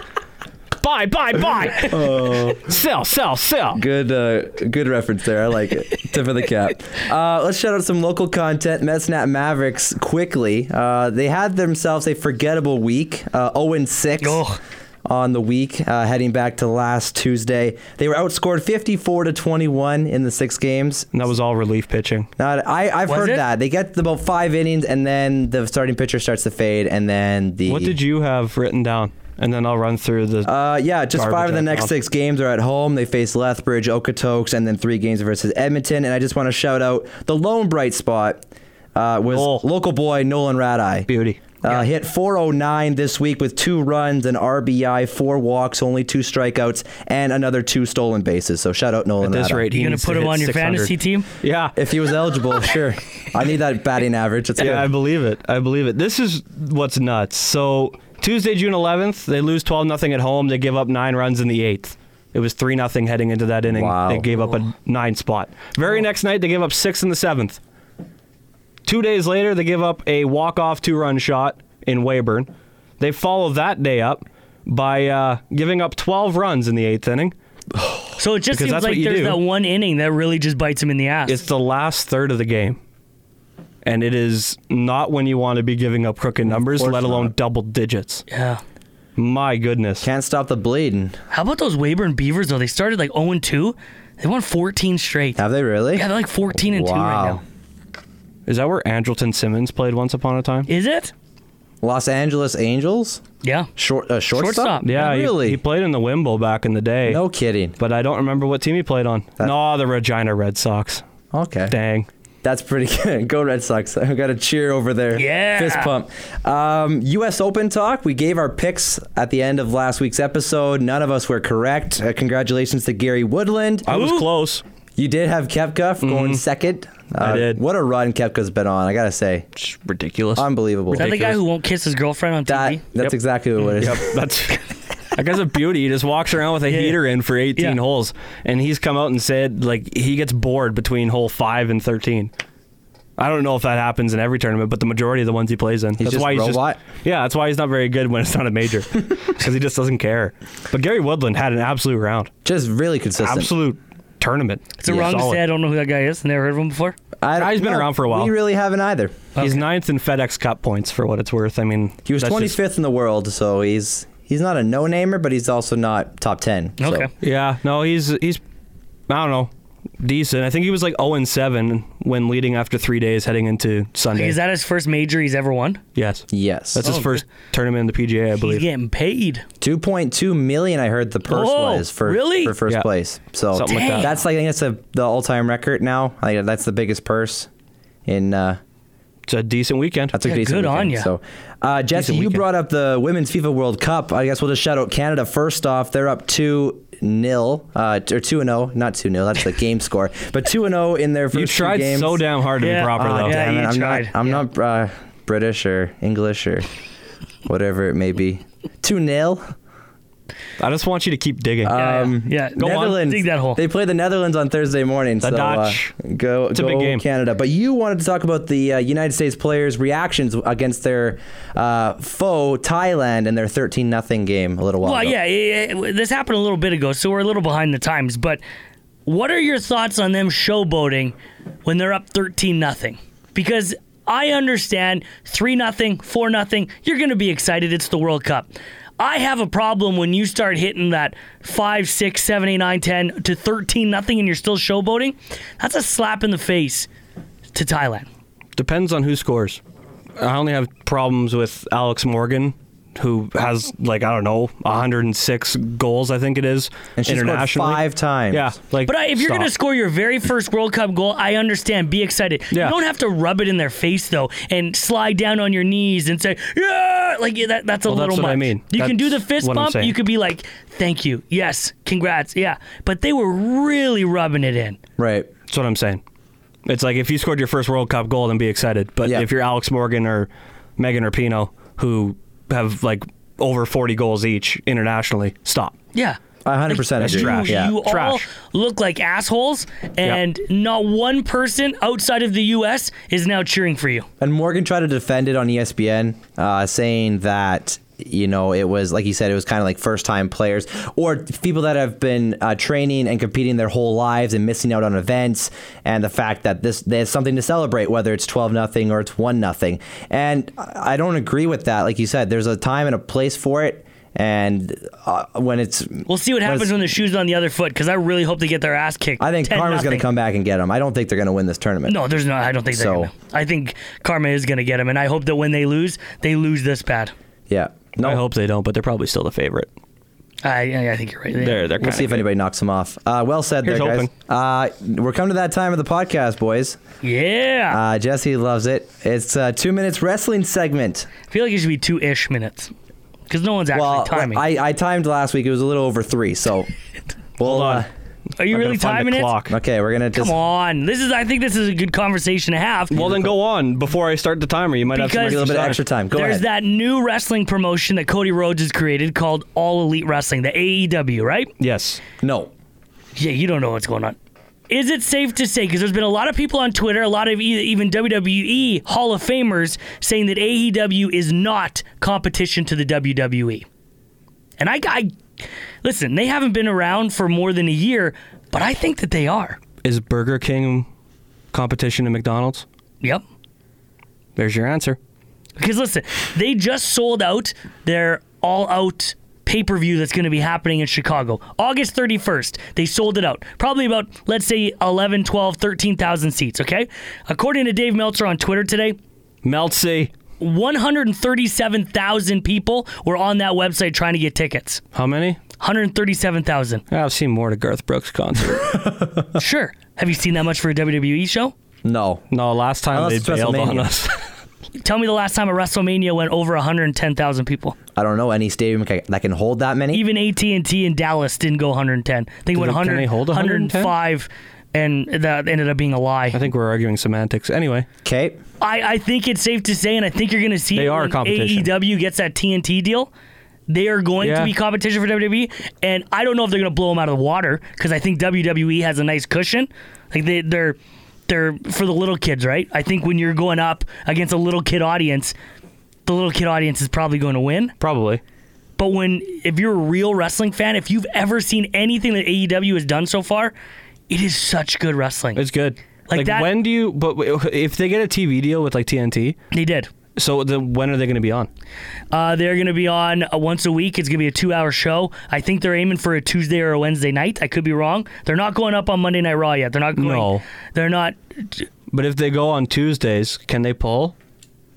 D: Buy, buy,
C: <laughs>
D: buy. sell, sell, sell.
B: Good, uh, good reference there. I like it.
C: <laughs>
B: Tip of the cap. Uh, let's shout out some local content. Metsnap Mavericks quickly. Uh, they had themselves a forgettable week. Uh, 0 6
C: Ugh.
B: on the week, uh, heading back to last Tuesday. They were outscored 54 to 21 in the six games.
D: And that was all relief pitching.
B: Not, I, I've
C: Was
B: heard
C: it?
B: that they get about five innings, and then the starting pitcher starts to fade, and then the
D: What did you have written down? And then I'll run through the.
B: Uh, yeah, just
D: Garbage
B: five of the
D: at
B: next
D: home.
B: six games are at home. They face Lethbridge, Okotoks, and then three games versus Edmonton. And I just want to shout out the lone bright spot uh, was
D: Oh.
B: local boy Nolan Radai.
D: beauty.
B: Uh, Hit 409 this week with two runs, an RBI, four walks, only two strikeouts, and another two stolen bases. So shout out Nolan
D: At this
B: Radai.
D: rate, he
C: You gonna
D: needs to
C: put him
D: hit
C: on your
D: 600.
C: fantasy team?
D: Yeah.
B: If he was
D: <laughs>
B: eligible, sure. I need that batting average. That's
D: Yeah, I
B: good.
D: believe it. I believe it. This is what's nuts. So Tuesday, June 11th, they lose 12 nothing at home. They give up nine runs in the eighth. It was three nothing heading into that inning.
B: Wow.
D: They gave up a nine spot. Very next night, they give up six in the seventh. Two days later, they give up a walk off two run shot in Weyburn. They follow that day up by uh, giving up 12 runs in the eighth inning.
C: So it
D: Because
C: just seems
D: that's what
C: like
D: you
C: there's
D: do.
C: that one inning that really just bites him in the ass.
D: It's the last third of the game. And it is not when you want to be giving up crooked numbers,
B: course
D: let alone
B: not.
D: double digits.
C: yeah.
D: My goodness.
B: Can't stop the bleeding.
C: How about those Weyburn Beavers though? They started like 0 2. They won 14 straight.
B: Have they really?
C: Yeah, they're like 14 and 2 right
B: Wow.
C: now.
D: Is that where Andrelton Simmons played once upon a time?
C: Is it?
B: Los Angeles Angels?
C: Yeah.
B: Short uh, shortstop?
C: Shortstop.
D: Yeah, he-
B: really?
D: He, played in the Wimble back in the day.
B: no kidding.
D: But I don't remember what team he played on. no, the Regina Red Sox.
B: Okay.
D: Dang.
B: That's pretty <laughs> good. Go Red Sox. I've got a cheer over there.
C: Yeah.
B: Fist pump. Um, U.S. Open talk. We gave our picks at the end of last week's episode. None of us were correct. Uh, congratulations to Gary Woodland.
D: I was close.
B: You did have Kepka for going second.
D: Mm-hmm.
B: Uh,
D: I did.
B: What a run Kepka's been on, I got to say.
D: It's ridiculous.
B: Unbelievable.
C: Is that the guy who won't kiss his girlfriend on
B: That-
C: TV?
B: that's
D: Yep.
B: exactly what it is.
D: Yep, <laughs> that's that guy's a beauty. He just walks around with a heater in for 18
C: Yeah.
D: holes, and he's come out and said like he gets bored between hole five and 13. I don't know if that happens in every tournament, but the majority of the ones he plays in. that's
B: just
D: why he's
B: robot?
D: just yeah. That's why he's not very good when it's not
B: <laughs>
D: a major because he just doesn't care. But Gary Woodland had an absolute round,
B: Just really consistent.
D: absolute tournament.
C: It's a wrong to
D: Solid.
C: say I don't know who that guy is. Never heard of him before.
B: I don't-
D: He's been around for a while.
B: We really haven't either.
D: He's ninth in FedEx Cup points for what it's worth. I mean,
B: He was
D: that's
B: twenty
D: just-
B: fifth in the world, so he's he's not a no namer, but he's also not top ten. so-
C: Okay.
D: Yeah, no, he's he's I don't know, decent. I think he was like 0 and 7 when leading after 3 days heading into Sunday.
C: Is that Oh, his first major he's ever won?
D: yes.
B: Yes.
D: That's his first tournament in the PGA, I
C: He's
D: believe.
C: getting paid.
B: Two point two million. I heard the purse
C: Whoa,
B: was for
C: Oh, really?
B: for first
D: Yeah.
B: place. So
D: Something like that. Dang.
B: that's like I think that's the the all time record now. I think that's the biggest purse in. Uh,
D: It's a decent weekend.
B: that's a
C: Yeah,
B: decent
C: good on
B: weekend.
C: ya.
B: So, uh, Jesse, you
D: weekend.
B: brought up the women's FIFA World Cup. I guess we'll just shout out Canada first off. They're up two 0 uh, t- or two and zero, not two 0 That's
C: <laughs>
B: the game score, but two and zero in their first
D: you
B: two
D: tried
B: games.
D: so damn hard to
C: Yeah.
D: be proper
C: Ah,
D: though.
C: yeah.
B: Damn it,
C: you
B: I'm
C: tried.
B: not. I'm not uh, British or English or whatever it may be. Two 0
D: I just want you to keep digging.
C: Yeah,
B: Um,
C: yeah.
D: Go on.
B: Netherlands.
C: Dig that hole.
B: They play the Netherlands on Thursday morning.
D: The
B: so, uh,
D: Dutch.
B: go
D: a
B: go
D: big game.
B: Canada. But you wanted to talk about the uh, United States players' reactions against their uh, foe Thailand in their 13 nothing game a little while
C: Well,
B: ago.
C: yeah, yeah, yeah, this happened a little bit ago, so we're a little behind the times. But what are your thoughts on them showboating when they're up thirteen nothing? Because I understand three nothing, four nothing, you're going to be excited. It's the World Cup. I have a problem when you start hitting that 5, 6, 7, 8, 9, 10 to 13 nothing and you're still showboating. That's a slap in the face to Thailand.
D: Depends on who scores. I only have problems with Alex Morgan, who has like I don't know 106 goals. I think it is
B: And she scored
D: internationally.
B: five times.
D: Yeah, like
C: But I, if you're
D: stop.
C: going to score your very first World Cup goal, I understand. Be excited.
D: Yeah.
C: You don't have to rub it in their face though, and slide down on your knees and say, "Yeah!" Like yeah, that, that's a
D: Well, that's
C: little
D: what
C: much.
D: I mean.
C: You can do the
D: That's
C: fist
D: what I'm
C: bump.
D: saying.
C: You could be like, "Thank you, yes, congrats, yeah." But they were really rubbing it in.
B: Right.
D: That's what I'm saying. It's like if you scored your first World Cup goal, then be excited. But
B: Yeah.
D: if you're Alex Morgan or Megan Rapinoe, who have like over 40 goals each internationally, stop.
C: Yeah.
B: I 100%
C: Like,
B: agree.
C: You,
B: Trash. Yeah.
C: you
D: Trash.
C: all look like assholes, and not one person outside of the U.S. is now cheering for you.
B: And Morgan tried to defend it on E ESPN, uh, saying that you know it was like you said it was kind of like first time players or people that have been uh, training and competing their whole lives and missing out on events and the fact that this there's something to celebrate whether it's 12 nothing or it's 1 nothing and i I don't agree with that like you said there's a time and a place for it and uh, when it's
C: We'll see what
B: What is-
C: happens when the shoe's on the other foot, because I really hope they get their ass kicked.
B: i think
C: 10
B: karma's going
C: nothing.
B: to come back and get them i don't think they're going to win this tournament
C: No, there's not. I don't think they're
B: So-
C: gonna. I think karma is gonna get him, and I hope that when they lose, they lose this bad.
B: yeah no
D: I hope they don't, but they're probably still the favorite.
C: I, I- I think you're right.
D: They're they're
B: We'll
D: kind
B: see if anybody knocks him off. Uh, well said
D: Here's
B: there, guys. Uh, we're coming to that time of the podcast, boys.
C: Yeah,
B: Uh, Jesse loves it. It's uh, two minutes wrestling segment.
C: I feel like it should be two ish minutes, because no one's actually
B: Well,
C: timing.
B: I, I timed last week. It was a little over three.
C: <laughs>
B: So, well,
D: on.
C: Are you really timing it?
D: Clock.
B: Uh, okay, we're gonna just.
C: Come on, this is. I think this is a good conversation to have.
D: Well, then go on before I start the timer. You might have
C: Because-
D: some
B: A little bit of
D: time.
B: extra time. Go
C: There's
B: ahead.
C: that new wrestling promotion that Cody Rhodes has created called All Elite Wrestling, the AEW, right?
D: Yes.
B: No.
C: Yeah, you don't know what's going on. Is it safe to say, because there's been a lot of people on Twitter, a lot of e- even WWE Hall of Famers E saying that AEW is not competition to the WWE? E. And I, I listen, they haven't been around for more than a year, but I think that they are.
D: Is Burger King competition to McDonald's?
C: Yep.
D: There's your answer.
C: Because listen, they just sold out their all out pay per view that's going to be happening in Chicago. August 31st, they sold it out. Probably about, let's say, 11, 12, 13,000 seats, okay? According to Dave Meltzer on Twitter today,
D: Meltzy.
C: 137,000 people were on that website trying to get tickets.
D: How many?
C: 137,000.
D: I've seen more to Garth Brooks concert. <laughs>
C: Sure. Have you seen that much for a WWE show?
B: No.
D: no, last time
B: Unless
D: they
B: it's
D: bailed on
B: WrestleMania.
D: us.
C: Tell me the last time a WrestleMania went over 110,000 people.
B: I don't know any stadium ca- that can hold that many.
C: Even AT&T in Dallas didn't go 110.
D: they-
C: They went
D: can
C: 100,
D: they hold 110?
C: 105 and that ended up being a
D: I
C: lie.
D: think we're arguing semantics. Anyway,
B: Okay.
C: I, I think it's safe to say, and I think you're going to see
D: They
C: it
D: are
C: when
D: competition.
C: AEW gets that TNT deal. They are going
D: Yeah.
C: to be competition for WWE, and I don't know if they're going to blow them out of the water because I think WWE has a nice cushion. Like they, they're they're for the little kids, right? I think when you're going up against a little kid audience, the little kid audience is probably going to win.
D: probably.
C: But when if you're a real wrestling fan, if you've ever seen anything that AEW has done so far, it is such good wrestling.
D: It's good.
C: Like that-
D: when do you? But w- if they get a TV deal with like TNT,
C: they did.
D: so the, when are they going to be on?
C: Uh, they're going to be on uh, once a week. It's going to be a two-hour show. I think they're aiming for a Tuesday or a Wednesday night. I could be wrong. They're not going up on Monday Night Raw yet. They're not going.
D: No.
C: They're not.
D: But if they go on Tuesdays, can they pull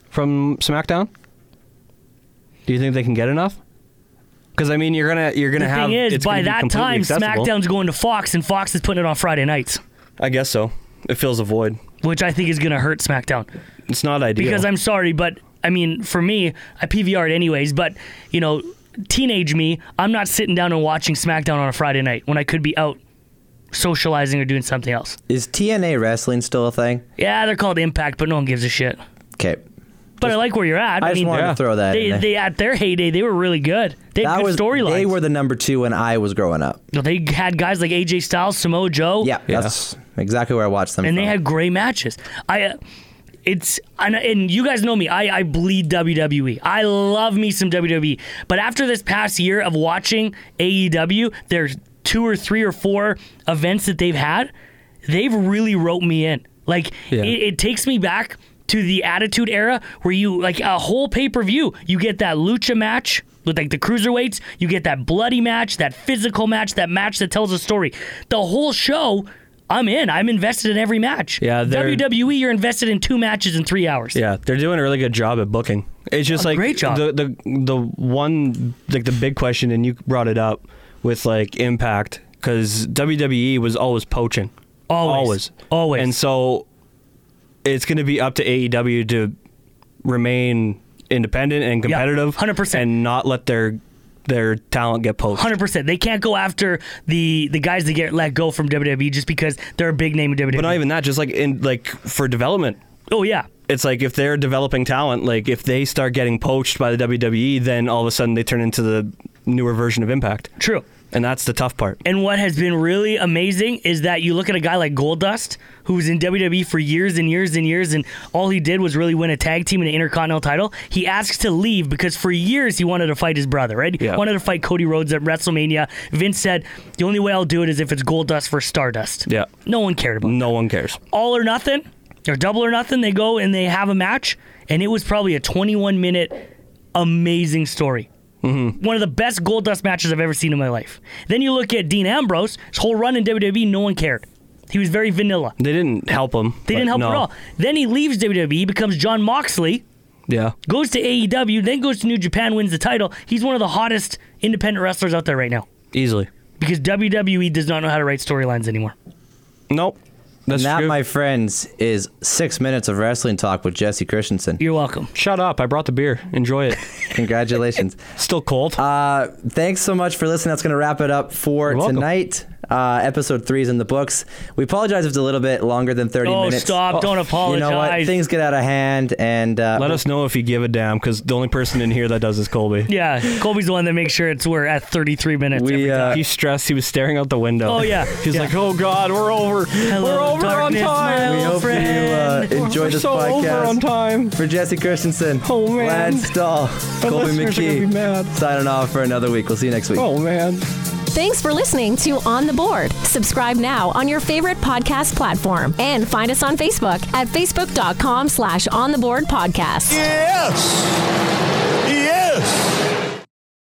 D: from SmackDown? Do you think they can get enough? Because I mean, you're gonna you're gonna
C: The
D: have.
C: thing is,
D: it's gonna
C: by
D: be
C: that
D: completely
C: time,
D: accessible.
C: SmackDown's going to Fox, and Fox is putting it on Friday nights,
D: I guess so. It fills a void.
C: which I think is going to hurt SmackDown.
D: It's not ideal.
C: because I'm sorry, but I mean, for me, I PVR'd anyways, but you know, teenage me, I'm not sitting down and watching SmackDown on a Friday night when I could be out socializing or doing something else.
B: Is TNA wrestling still a thing?
C: Yeah, they're called Impact, but no one gives a shit.
B: Okay.
C: But I like where you're at.
B: I
C: I,
B: just
C: mean,
B: wanted
D: yeah.
B: to throw that
C: they,
B: in there.
C: they at their heyday, they were really good. They had
B: that
C: good
B: was they
C: storylines.
B: were the number two when I was growing up.
C: You know, they had guys like AJ Styles, Samoa Joe.
B: Yeah, that's exactly where I watched them.
C: and they
B: from.
C: had great matches. I, uh, it's and, and you guys know me. I I bleed WWE. I love me some WWE. But after this past year of watching AEW, there's two or three or four events that they've had. They've really roped me in. Like
D: Yeah.
C: it, it takes me back to the Attitude Era, where you like a whole pay per view. You get that lucha match with like the cruiserweights. You get that bloody match, that physical match, that match that tells a story. The whole show, I'm in. I'm invested in every match. E
D: Yeah, they're-
C: WWE, you're invested in two matches in three hours.
D: Yeah, they're doing a really good job at booking. It's just
C: Oh,
D: like
C: great job.
D: The the the one like the big question, and you brought it up with like Impact because WWE E was always poaching,
C: Always.
D: always,
C: Always.
D: and so it's going to be up to AEW to remain independent and
C: Yeah,
D: competitive,
C: 100%.
D: and not let their their talent get poached.
C: Hundred percent. They can't go after the the guys that get let go from WWE just because they're a big name in WWE.
D: But not even that, just like in like for development.
C: oh yeah,
D: it's like if they're developing talent, like if they start getting poached by the WWE, then all of a sudden they turn into the newer version of Impact.
C: true.
D: And that's the tough part.
C: And what has been really amazing is that you look at a guy like Goldust, who was in WWE for years and years and years, and all he did was really win a tag team and an Intercontinental title. He asked to leave because for years he wanted to fight his brother, right?
D: Yeah.
C: Wanted to fight Cody Rhodes at WrestleMania. Vince said, "The only way I'll do it is if it's Goldust for Stardust."
D: Yeah.
C: No one cared about. it.
D: No one cares.
C: All or nothing, or double or nothing. They go and they have a match, and it was probably a 21 minute amazing story one of the best gold dust matches I've ever seen in my life. Then you look at Dean Ambrose, his whole run in WWE, no one cared. He was very vanilla.
D: They didn't help him.
C: They didn't help at all. Then he leaves WWE, he becomes John Moxley,
D: Yeah.
C: goes to AEW, then goes to New Japan, wins the title. He's one of the hottest independent wrestlers out there right now
D: Easily.
C: because WWE does not know how to write storylines anymore.
D: Nope. That's
B: And that,
D: true.
B: my friends, is six minutes of wrestling talk with Jesse Christensen.
C: You're welcome.
D: Shut up. I brought the beer. Enjoy
C: <laughs>
D: it.
B: Congratulations.
D: <laughs> Still cold.
B: Uh, thanks so much for listening. That's going to wrap it up for
D: welcome.
B: tonight. Uh, episode three is in the books. We apologize if it's a little bit longer than 30
C: Oh,
B: minutes.
C: stop. Don't
B: You know what?
C: apologize.
B: Things get out of hand, and uh,
D: Let us know if you give a damn, because the only person in here that does is Colby.
C: Yeah, Colby's the one that makes sure it's we're at 33 minutes. every
B: we
C: time.
B: uh,
D: He's stressed. He was staring out the window.
C: Oh, yeah.
D: He's like, oh god, we're over. we're over
C: darkness,
D: on
C: my
D: time.
B: we
C: old
B: hope
C: friend.
B: you uh, enjoy
D: we're
B: this
D: so over
B: podcast.
D: on time.
B: For Jesse Christensen,
D: Oh, man.
B: Lad Stahl, Colby
D: listeners are gonna be mad.
B: McKee, signing off for another week. We'll see you next week.
D: Oh man.
A: Thanks for listening to On the Board. Subscribe now on your favorite podcast platform and find us on Facebook at facebook.com slash on the board podcast.
E: Yes!